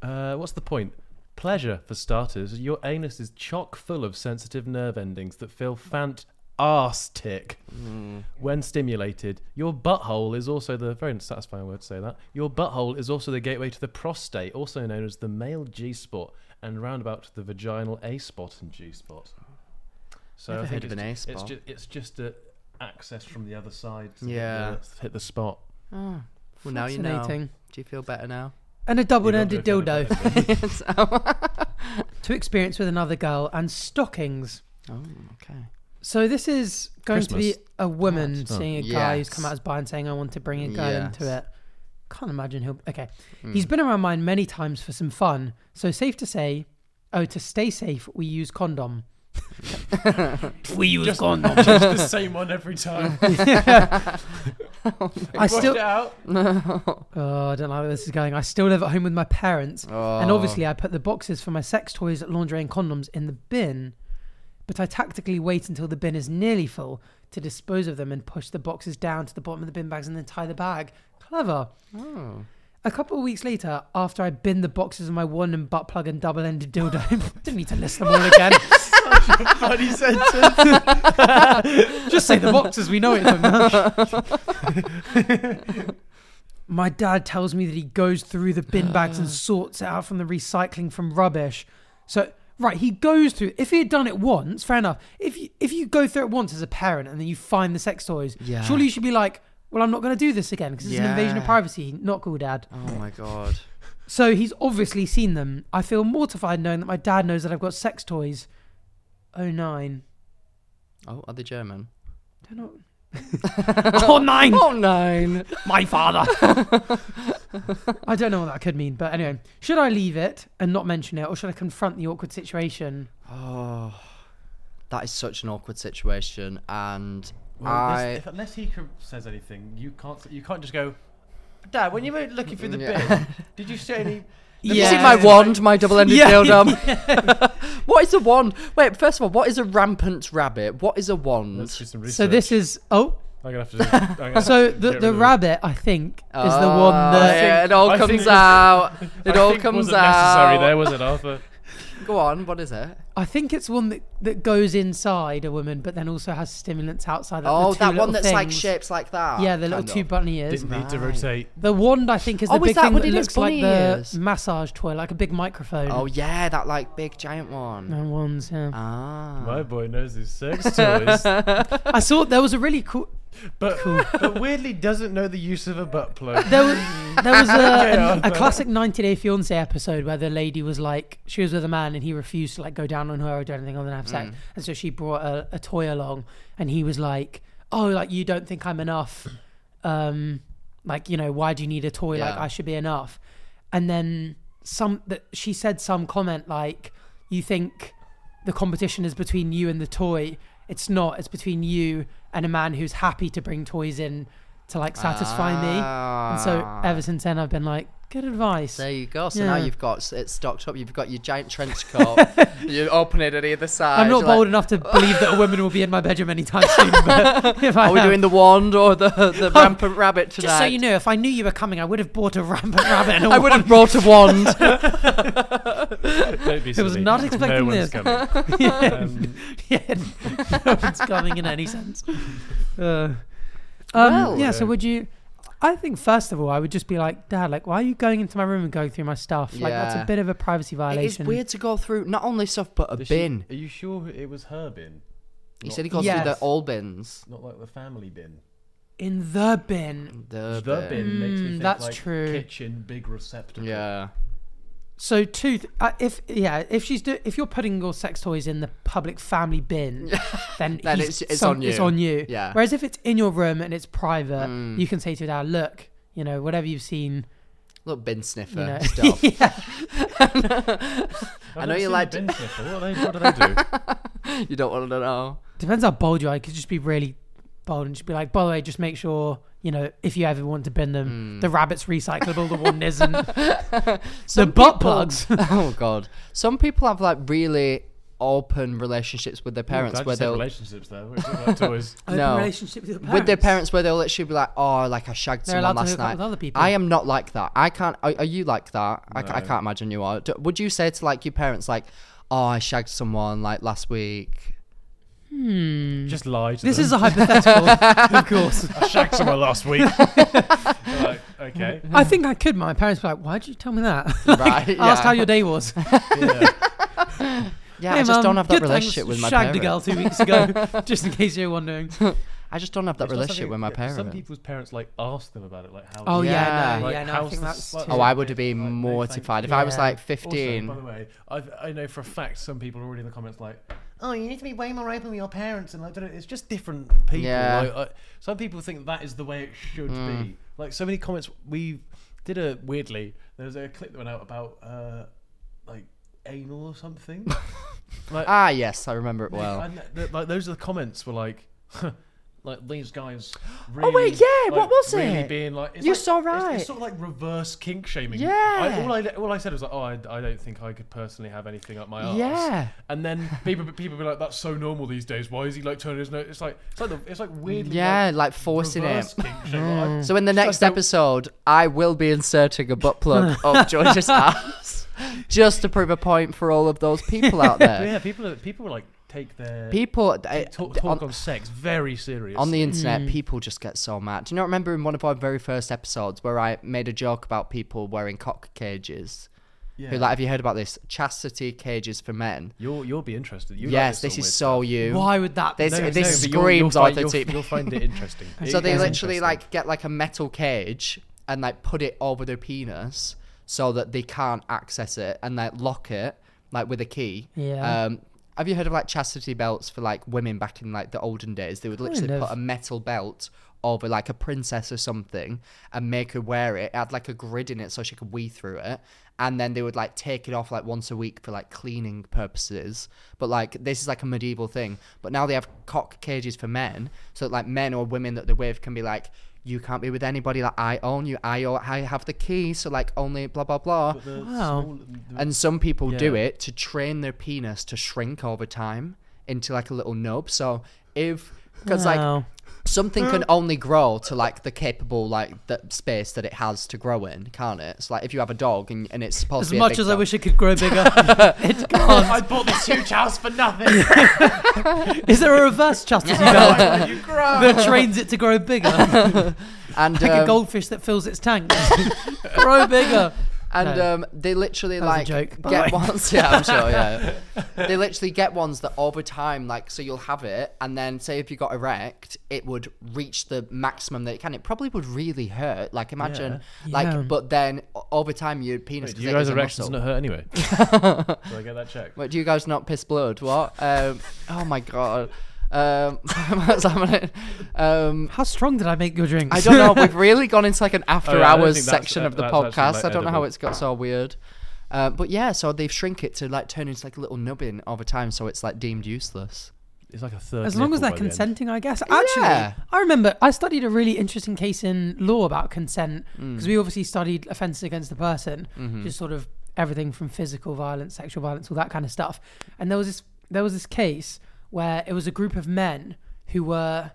Uh, what's the point? Pleasure for starters. Your anus is chock full of sensitive nerve endings that feel fant arse tick
Hmm.
when stimulated. Your butthole is also the very unsatisfying word to say that. Your butthole is also the gateway to the prostate, also known as the male G spot, and roundabout to the vaginal A spot and G spot. So
Never
I think
heard of
it's
an A-spot.
ju- It's just it's just a access from the other side. to
Yeah.
hit the- hit the spot.
Well, now you know. Do
Fascinating.
you feel better now?
And a double-ended
You've got to
dildo
have done it, but-
to experience with another girl and stockings.
Oh, okay.
So this is going to be
Christmas.
a woman seeing a guy who's
Yes.
come out as bi and saying, "I want to bring a girl into
Yes.
it." Can't imagine he'll. Okay, he's been around mine many times for some fun. So safe to say, oh, to stay safe, we use condom. we use condom.
Just the same one every time.
I still.
Still out.
Oh, I don't like where this is going. I still live at home with my parents, and obviously, I put the boxes for my sex toys, laundry, and condoms in the bin. But I tactically wait until the bin is nearly full to dispose of them and push the boxes down to the bottom of the bin bags and then tie the bag. Clever. A couple of weeks later, after I bin the boxes of my one and butt plug and double ended dildo, didn't need to list them all again.
Funny sentence.
Just say the boxes, we know it. From now. My dad tells me that he goes through the bin bags and sorts it out from the recycling from rubbish. So right, he goes through. If he had done it once, fair enough. If you, if you go through it once as a parent and then you find the sex toys,
Yeah.
surely you should be like, well, I'm not going to do this again because it's an invasion of
Yeah.
privacy. Not cool, dad.
Oh my god.
So he's obviously seen them. I feel mortified knowing that my dad knows that I've got sex toys. Oh nine.
Oh, are they German?
They're not. oh nine.
Oh nine.
my father. I don't know what that could mean, but anyway, should I leave it and not mention it, or should I confront the awkward situation?
Oh, That is such an awkward situation, and
Well,
I.
if, unless he cr- says anything, you can't. s- You can't just go. Dad, when you were looking through the bin, did you see any?
Have you seen my wand, my double-ended
Yeah.
dildo? what is a wand? Wait, first of all, what is a rampant rabbit? What is a wand?
Let's do some research.
So this is oh,
I'm gonna have to. Do, I'm gonna have
so
to
the
get
the
rid of-
rabbit I think is the
Ah,
one that
yeah, it all
I think
comes
it was-
out. It
I
all
think
comes
wasn't
out.
necessary there, was it, Arthur?
Go on, what is it?
I think it's one that, that goes inside a woman, but then also has stimulants outside. like the
Oh,
two
that one
little
that's like
things.
shaped like that.
Yeah, the little
kind
two
of.
bunny ears.
Didn't need to rotate.
The wand I think is the
Oh, is
big
that
thing
what
that
it is,
looks like
bunny
the
ears?
massage toy, like a big microphone.
Oh yeah, that like big giant one.
And wands, yeah.
Ah.
My boy knows his sex toys,
I saw there was a really cool.
but, but weirdly doesn't know the use of a butt plug.
There was, there was a,
Yeah.
a, a classic 90 Day Fiance episode where the lady was like, she was with a man and he refused to like go down on her or do anything other than have sex. And so she brought a, a toy along and he was like, oh, like you don't think I'm enough. Um, like, you know, why do you need a toy? Like
Yeah.
I should be enough. And then some, that she said some comment like, you think the competition is between you and the toy. It's not. It's between you and a man who's happy to bring toys in to like satisfy me. And
Ah.
so ever since then, I've been like, good advice.
There you go. So now
Yeah.
you've got it stocked up. You've got your giant trench coat. you open it at either side.
I'm not
you're
bold
like,
enough to believe that a woman will be in my bedroom anytime soon. But if I
Are we
am-
doing the wand or the the rampant rabbit tonight?
Oh, Just so you know, if I knew you were coming, I would have bought a rampant rabbit. And a
I would have
wand.
brought a wand.
Don't be
I was
silly.
not expecting
no
this.
one's coming. Um,
Yeah, no one's coming in any sense. Uh, um,
Well-
yeah. So would you? I think first of all, I would just be like, Dad, like, why are you going into my room and going through my stuff? Like, that's
Yeah.
a bit of a privacy
it is
violation.
weird to go through not only stuff but a
does she-
bin.
are you sure it was her bin,
He said he goes
Yes.
through the old bins.
not like the family bin?
in the bin.
The,
The bin makes me
Mm,
think
that's
like
true.
kitchen big receptacle.
Yeah.
So two, th- uh, if yeah, if she's do- if you're putting your sex toys in the public family bin, then,
Then
he's-
it's- it's
some-
on you.
It's on you.
Yeah. Hmm.
Whereas if it's in your room and it's private, you can say to your dad, look, you know, whatever you've seen,
Little bin sniffer
you know,
stuff.
yeah,
I've
I know
never
you
seen
like
a
to-
bin sniffer. What, are they, what do they do?
you don't want to know.
depends how bold you are. It could just be really bowl and just be like, by the way, just make sure, you know, if you ever want to bin
Hmm.
them, the rabbit's recyclable, the one isn't. the butt plugs.
oh god. Some people have like really open relationships with their parents
Glad you
where
said
they'll
relationships there. which is- That's always
Open
No.
relationship with your parents.
with their parents where they'll literally be like, "Oh, like I shagged
They're
someone
allowed to
last
hook up
night."
with other people.
I am not like that. I can't. Are, are you like that? I, ca- I can't imagine you are. Do, would you say to like your parents like, "Oh, I shagged someone like last week"? Mm.
just lie to
This
them.
is a hypothetical, of course.
I shagged someone last week. like, okay.
I think I could. My parents were like, why'd you tell me that? Like,
Right,
I asked
yeah.
how your day was.
Yeah,
Hey,
I just
Mum,
don't have that
good, thanks.
relationship with my
Shagged
parents.
a girl two weeks ago, just in case you're wondering.
I just don't have that
It's not
relationship
something-
with my
yeah, Some
parents.
people's parents like ask them about it, like how.
Oh, yeah,
Yeah.
no,
Like,
yeah, no, I
how's
think
the
that's.
slut-
too-
Oh, I would have been
Like, no, thank
mortified if
you.
I was
Yeah.
like
Also,
15.
by the way, I've, I know for a fact some people are already in the comments like,
Oh, you need to be way more open with your parents and like, don't know, it's just different.
people.
Yeah. Hmm.
Like, I, some people think that is the way it should be. Like so many comments we did a weirdly. There was a clip that went out about uh, like anal or something. like,
ah, yes, I remember it well.
and th- like those are the comments were like. Like these guys. Really,
Oh, wait, yeah,
like,
what was
really
it?
Being like, it's
You're
like-
so
it's- It's,
right.
sort of like reverse kink shaming.
Yeah.
I, all, I, all I said was like, oh, I, I don't think I could personally have anything up my arse.
Yeah.
And then people people be like, that's so normal these days. Why is he like turning his nose? It's like it's like the, it's like weirdly.
Yeah, like forcing it. Hmm.
reverse kink shaming. Like, I-
So in the
It's like
next
that-
episode, I will be inserting a butt plug up George's ass just to prove a point for all of those people out there.
Yeah, people are, people like take their
People I-
talk,
on,
talk on, sex very serious.
on the internet, people just get so mad. Do you not remember in one of our very first episodes where I made a joke about people wearing cock cages? Who like have you heard about this chastity cages for men?
you'll you'll be interested. You like
yes,
sort
this
of
is
weird
so you.
Why would that be?
This,
No,
this
no, but you'll- you'll
screams
find-
Arthur T.
You'll, you'll find it interesting.
So
It
they
is
literally
interesting.
like get like a metal cage and like put it over their penis so that they can't access it and like lock it like with a key.
Yeah.
Um, have you heard of like chastity belts for like women back in like the olden days? They would literally
Kind of.
put a metal belt over like a princess or something and make her wear it. It had like a grid in it so she could wee through it. And then they would like take it off like once a week for like cleaning purposes. But like this is like a medieval thing. But now they have cock cages for men. So that, like men or women that they're with can be like, you can't be with anybody that I own you. I, own, I have the key. So like only blah, blah, blah.
The
Wow.
small- the-
And some people do
Yeah.
it to train their penis to shrink over time into like a little nub. So if because like
Wow.
something can only grow to like the capable like the space that it has to grow in, can't it? So like if you have a dog and, and it's supposed
As
to be a
much
big
as I
dog-
wish it could grow bigger, it
I
can't.
bought this huge house for nothing.
Is there a reverse chastity belt that trains it to grow bigger?
and
Like
um,
a goldfish that fills its tank. grow bigger.
and
No.
um, they literally
That was a
like
joke, by
get
the way.
ones. Yeah, I'm sure. Yeah, they literally get ones that over time, like, so you'll have it, and then say if you got erect, it would reach the maximum that it can. It probably would really hurt. Like, imagine, like,
Yeah.
but then o- over time, your penis.
Wait,
'cause
you
it
guys
is a
erections
muscle-
not hurt anyway. Do I get that checked?
What do you guys not piss blood? What? Um, oh my god. Um, what's happening? Um,
How strong did I make your drinks?
I don't know. We've really gone into like an after
Oh, yeah, I don't
hours
think that's-
section
uh,
of the
that's actually,
podcast.
like,
I don't know how
edible.
it's got so weird. Uh, but yeah, so they shrink it to like turn into like a little nubbin over time, so it's like deemed useless.
It's like a third.
As long
nipple
as they're
by the end.
consenting, I guess. Actually,
Yeah.
I remember I studied a really interesting case in law about consent
Mm.
because we obviously studied offences against the person,
Mm-hmm.
just sort of everything from physical violence, sexual violence, all that kind of stuff. And there was this there was this case where it was a group of men who were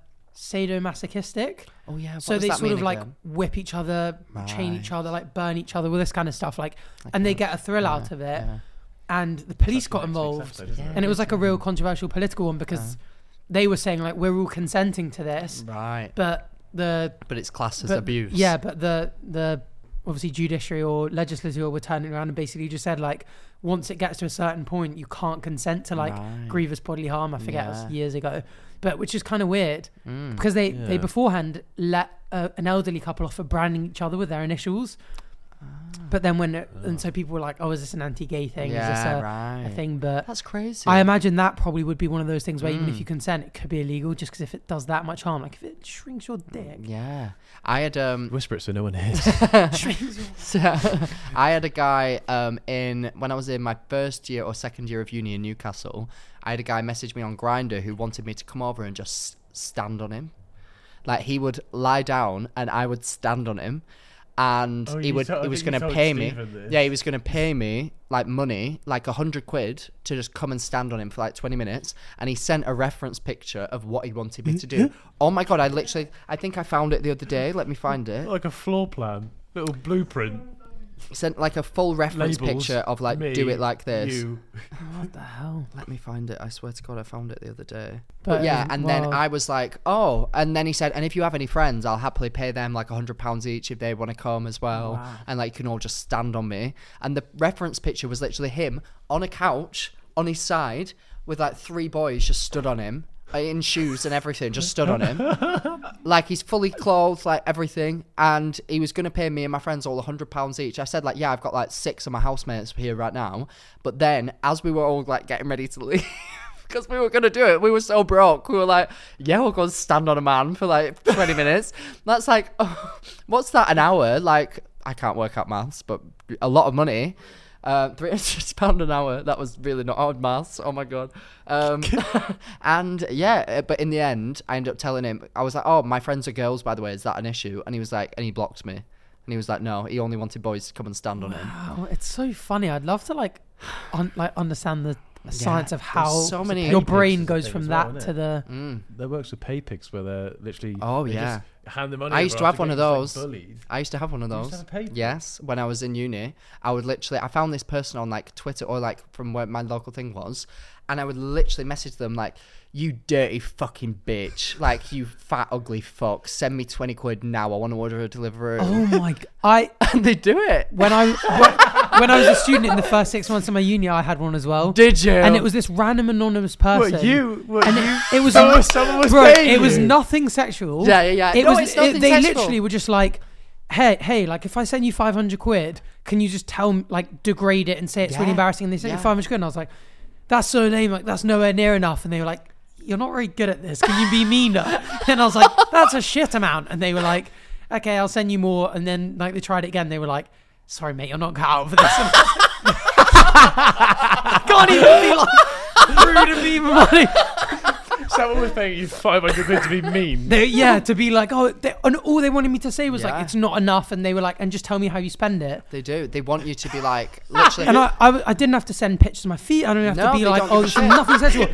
sadomasochistic.
Oh yeah. What
So
does
they
that
sort
mean
of like
again?
whip each other, chain each other, like burn each other, all this kind of stuff. Like, and they get a thrill out of it.
eh.
And the police got involved,
episode, isn't
and it was like a
Mm.
real controversial political one because they were saying like we're all consenting to this,
right,
but the
but it's classed as
but-
abuse.
Yeah, but the the obviously judiciary or legislature were turning around and basically just said like once it gets to a certain point, you can't consent to like
Right.
grievous bodily harm. I forget it was
Yeah. Mm.
years ago, but which is kind of weird because they they beforehand let uh, an elderly couple off for branding each other with their initials.
Ah.
But then when it- and so people were like, "Oh, is this an anti-gay thing? is
Yeah,
this a, a
right.
thing?" But
that's crazy.
I imagine that probably would be one of those things where even if you
Mm.
consent, it could be illegal just because if it does that much harm, like if it shrinks your dick,
Mm, yeah, I had um,
Whisper it so no one hears.
shrinks your
So I had a guy um, in when I was in my first year or second year of uni in Newcastle. I had a guy message me on Grinder who wanted me to come over and just s- stand on him. Like he would lie down and I would stand on him, and
Oh,
he
you
would
told- I
he was
think
going
you
to
told
pay me.
Stephen this.
Yeah, he was going to pay me like money, like a hundred quid, to just come and stand on him for like twenty minutes. And he sent a reference picture of what he wanted me to do. oh my god! I literally, I think I found it the other day. Let me find it.
Like a floor plan, little blueprint.
He sent like a full reference
Labels,
picture of like
me,
do it like this.
You.
What the hell?
Let me find it. I swear to God, I found it the other day.
But,
But yeah,
um,
and
well-
then I was like, oh, and then he said, and if you have any friends, I'll happily pay them like hundred pounds each if they want to come as well, and like you can all just stand on me. And the reference picture was literally him on a couch on his side with like three boys just stood on him uh, in shoes and everything, just stood on him. like he's fully clothed, like everything, and he was gonna pay me and my friends all hundred pounds each. I said like, yeah, I've got like six of my housemates here right now, but then as we were all like getting ready to leave. Because we were gonna do it, we were so broke. We were like, "Yeah, we'll go and stand on a man for like 20 minutes." That's like, what's that? An hour? Like, I can't work out maths, but a lot of money. Uh, 300 pound an hour. That was really not hard maths. Oh my god. Um, and yeah, uh, but in the end, I ended up telling him. I was like, "Oh, my friends are girls, by the way. Is that an issue?" And he was like, and he blocked me. And he was like, "No, he only wanted boys to come and stand on him."
Oh, it's so funny. I'd love to like, un- like understand the science of
there's
how
so many-
your
Papers
brain
is a
goes
thing
from
as
that
well,
to
isn't
the.
There works with pay pigs where they're literally.
Mm. Oh,
they
yeah.
Just hand the money.
I used
over
to have
after
one of
getting, like,
those.
bullied.
I used to have one of
used
those.
to have a paper?
yes, when I was in uni, I would literally I found this person on like Twitter or like from where my local thing was, and I would literally message them like, "You dirty fucking bitch! Like you fat ugly fuck! Send me twenty quid now. I want to order a delivery."
Oh my! g- I
and they do it.
when I when, when I was a student in the first six months of my uni, I had one as well.
Did you?
And it was this random anonymous person.
What you? What
And
you?
it, it was
someone- someone was
bro,
paying
It was
you.
nothing sexual.
Yeah, yeah, yeah.
It
No,
was.
it's nothing
it- they
sexual.
literally were just like, hey, hey, like if I send you five hundred quid, can you just tell m- like degrade it and say it's really
Yeah,
embarrassing? And they sent you
yeah.
five hundred quid, and I was like, that's so lame. Like that's nowhere near enough. And they were like. You're not very good at this. Can you be meaner? and I was like, "That's a shit amount." And they were like, "Okay, I'll send you more." And then, like, they tried it again. They were like, "Sorry, mate, you're not cut out for this." And I was like, Can't even be like rude and be money.
Someone was paying you five hundred quid to be mean.
They, yeah, to be like, oh, they, and all they wanted me to say was
Yeah.
like, it's not enough, and they were like, and just tell me how you spend it.
They do. They want you to be like literally.
And I, I, w- I didn't have to send pictures of my feet. I don't have
No,
to be
they
like,
don't give
oh,
a
there's
shit."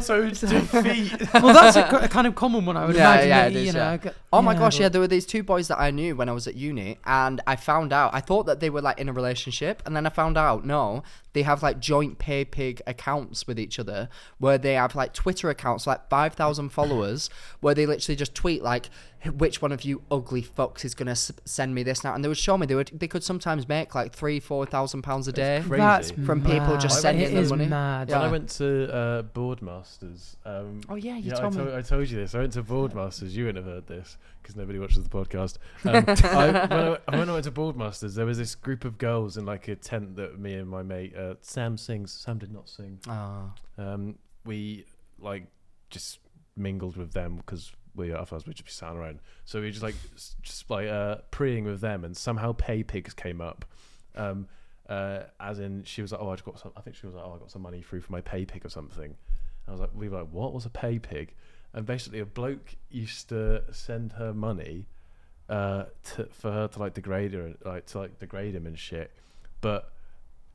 sexual.
Auto defeat.
Well, that's a, k- a kind of common one, I would
yeah,
imagine.
yeah,
that,
it is,
you know,
yeah.
g-
Oh my
yeah,
gosh, yeah,
but-
there were these two boys that I knew when I was at uni, and I found out, I thought that they were like in a relationship, and then I found out, no, they have like joint pay pig accounts with each other where they have like Twitter accounts, like 5,000 followers, where they literally just tweet, like, which one of you ugly fucks is gonna s- send me this now? And they would show me, they would, they could sometimes make like three, four thousand pounds a day.
crazy.
That's
From people just
mad.
sending
It
them
is
money.
Mad.
Yeah.
When I went to uh, Boardmasters. Um,
Oh, yeah, you
yeah,
told
I,
me.
told, I told you this. I went to Boardmasters. You wouldn't have heard this because nobody watches the podcast. Um, I, when, I, went- when I went to Boardmasters, there was this group of girls in like a tent that me and my mate uh, Sam sings. Sam did not sing.
Oh.
Um, we like just mingled with them because we ourselves we'd just be sat around. So we just like s- just like uh, preying with them, and somehow pay pigs came up. Um, uh, as in, she was like, "Oh, I just got some." I think she was like, "Oh, I got some money through for my pay pig or something." I was like, "We were like, what was a pay pig?" And basically, a bloke used to send her money uh, to, for her to like degrade her, like to like degrade him and shit. But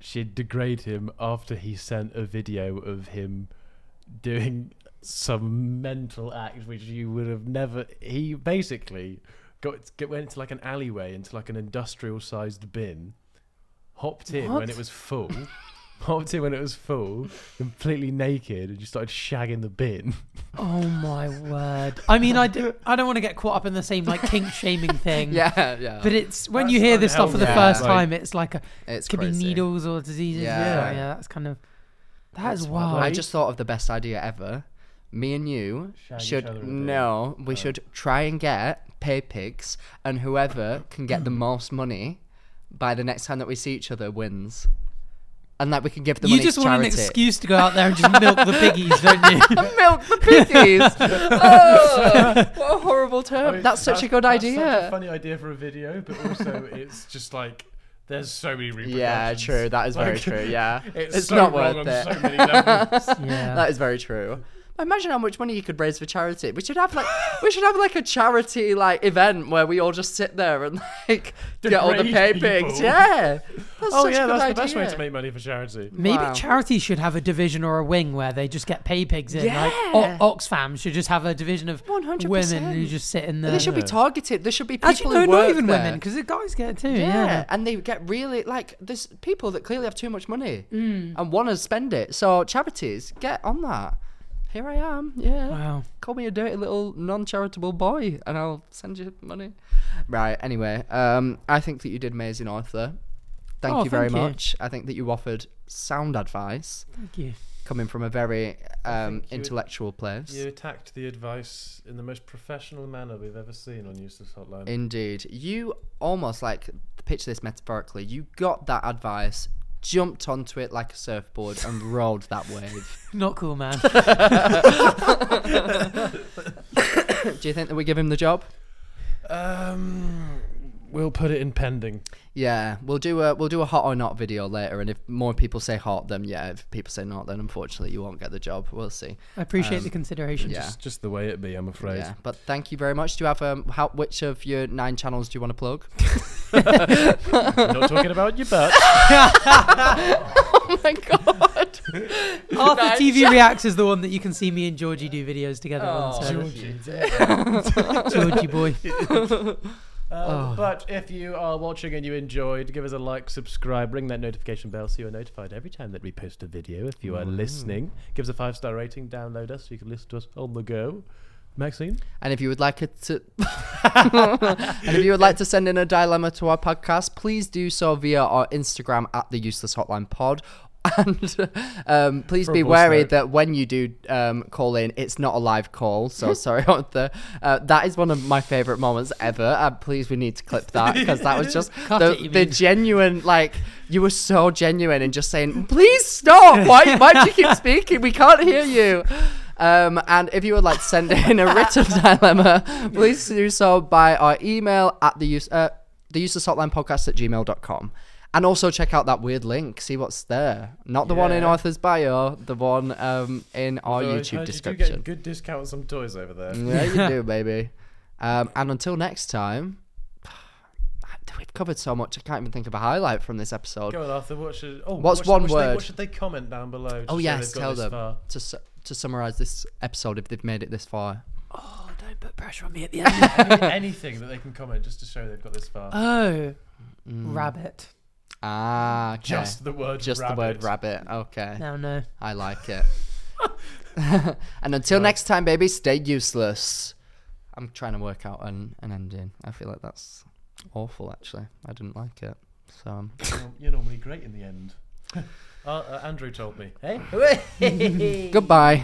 she'd degrade him after he sent a video of him doing some mental act which you would have never he basically got get, went into like an alleyway into like an industrial sized bin hopped in when it was full hopped in when it was full completely naked and just started shagging the bin
Oh my word. I mean, I, do, I don't want to get caught up in the same like kink shaming thing.
Yeah, yeah.
But it's when
That's
you hear this stuff for the
unhealthy.
first
Yeah.
time, it's like a
It's
could
crazy.
be needles or diseases.
Yeah.
Yeah, yeah, that's kind of that is wild.
I just thought of the best idea ever. Me and you
Shag each other in a
should
bin.
no, we should try and get pay pigs, and whoever can get the most money by the next time that we see each other wins. And that we can give the
you
money
just
to
want
charity.
an excuse to go out there and just milk the piggies, don't you?
Milk the piggies. oh, what a horrible term. that's such a good
that's
idea.
such a funny idea for a video but also it's just like there's so many repercussions
yeah, true. That is very
Like,
true. Yeah,
it's,
it's,
so
not
wrong
worth
on
it.
so many levels
yeah.
That is very true. Imagine how much money you could raise for charity. We should have like we should have like a charity like event where we all just sit there and like get all the pay
Degrade
pigs.
people.
Yeah. That's
Oh
such
yeah,
a good
that's the best way
idea.
to make money for charity.
Maybe
Wow.
charities should have a division or a wing where they just get pay pigs in. Like
Yeah.
o- Oxfam should just have a division of
100%.
women who just sit in the.
They should be targeted. There should be people
Actually, no,
who
not
work
even
there.
women, because the guys get it too.
Yeah.
Yeah.
and they get really like there's people that clearly have too much money
Mm.
and want to spend it. So charities, get on that. Here I am. Yeah.
Wow.
Call me a dirty little non-charitable boy, and I'll send you money. Right. Anyway, um, I think that you did amazing, Arthur. Thank
Oh,
you very
thank you.
much. I think that you offered sound advice
Thank you.
coming from a very um,
think you-
intellectual place.
You attacked the advice in the most professional manner we've ever seen on Useless Hotline.
Indeed. You almost like picture this metaphorically. You got that advice, jumped onto it like a surfboard, and rolled that wave.
Not cool, man.
Do you think that we give him the job?
Um, we'll put it in pending.
Yeah, we'll do a we'll do a hot or not video later, and if more people say hot, then yeah. If people say not, then unfortunately you won't get the job. We'll see.
I appreciate the consideration.
Um, Yeah.
It's just the way it be, I'm afraid.
Yeah, but thank you very much. Do you have um, how, which of your nine channels do you want to plug?
We're not talking about your butt.
oh my god!
Arthur
Nice.
TV Reacts is the one that you can see me and Georgie do videos together on. So
Oh.
Georgie boy.
Um, But if you are watching and you enjoyed, give us a like, subscribe, ring that notification bell so you are notified every time that we post a video. If you are
Mm.
listening, give us a five star rating, download us so you can listen to us on the go. Maxine?
And if you would like it to, and if you would like to send in a dilemma to our podcast, please do so via our Instagram at the Useless Hotline Pod. And um, please
For a
be
voice
wary
note.
that when you do um, call in, it's not a live call. So sorry, Arthur. Uh, that is one of my favorite moments ever. Uh, please, we need to clip that because that was just
Cut
the,
it, you
the
mean.
genuine. Like you were so genuine and just saying, "Please stop! Why, why do you keep speaking? We can't hear you." Um, and if you would like to send in a written dilemma, please do so by our email at the use uh, the useless hotline podcast at gmail.com. And also check out that weird link, see what's there. Not the one in
Yeah.
Arthur's bio, the one um, in our
Although
YouTube
I heard You do
description.
get good discounts on toys over there.
yeah, you do, baby. Um, and until next time, we've covered so much. I can't even think of a highlight from this episode.
Go on, Arthur. What should, oh,
What's
what should-
one
what should They,
word?
what should they comment down below? to
Oh
say
yes,
they've got
tell
this
them
far?
to su- to summarize this episode if they've made it this far.
Oh, don't put pressure on me at the end.
Any- anything that they can comment just to show they've got this
Uh,
far.
oh, rabbit.
Ah, okay.
Just the word
Just the word rabbit. Okay,
No, no.
I like it. and until next time, baby, stay useless. I'm trying to work out an, an ending. I feel like that's awful. Actually, I didn't like it. So um,
You're- You're normally great in the end. uh, uh, Andrew told me. Hey?
goodbye.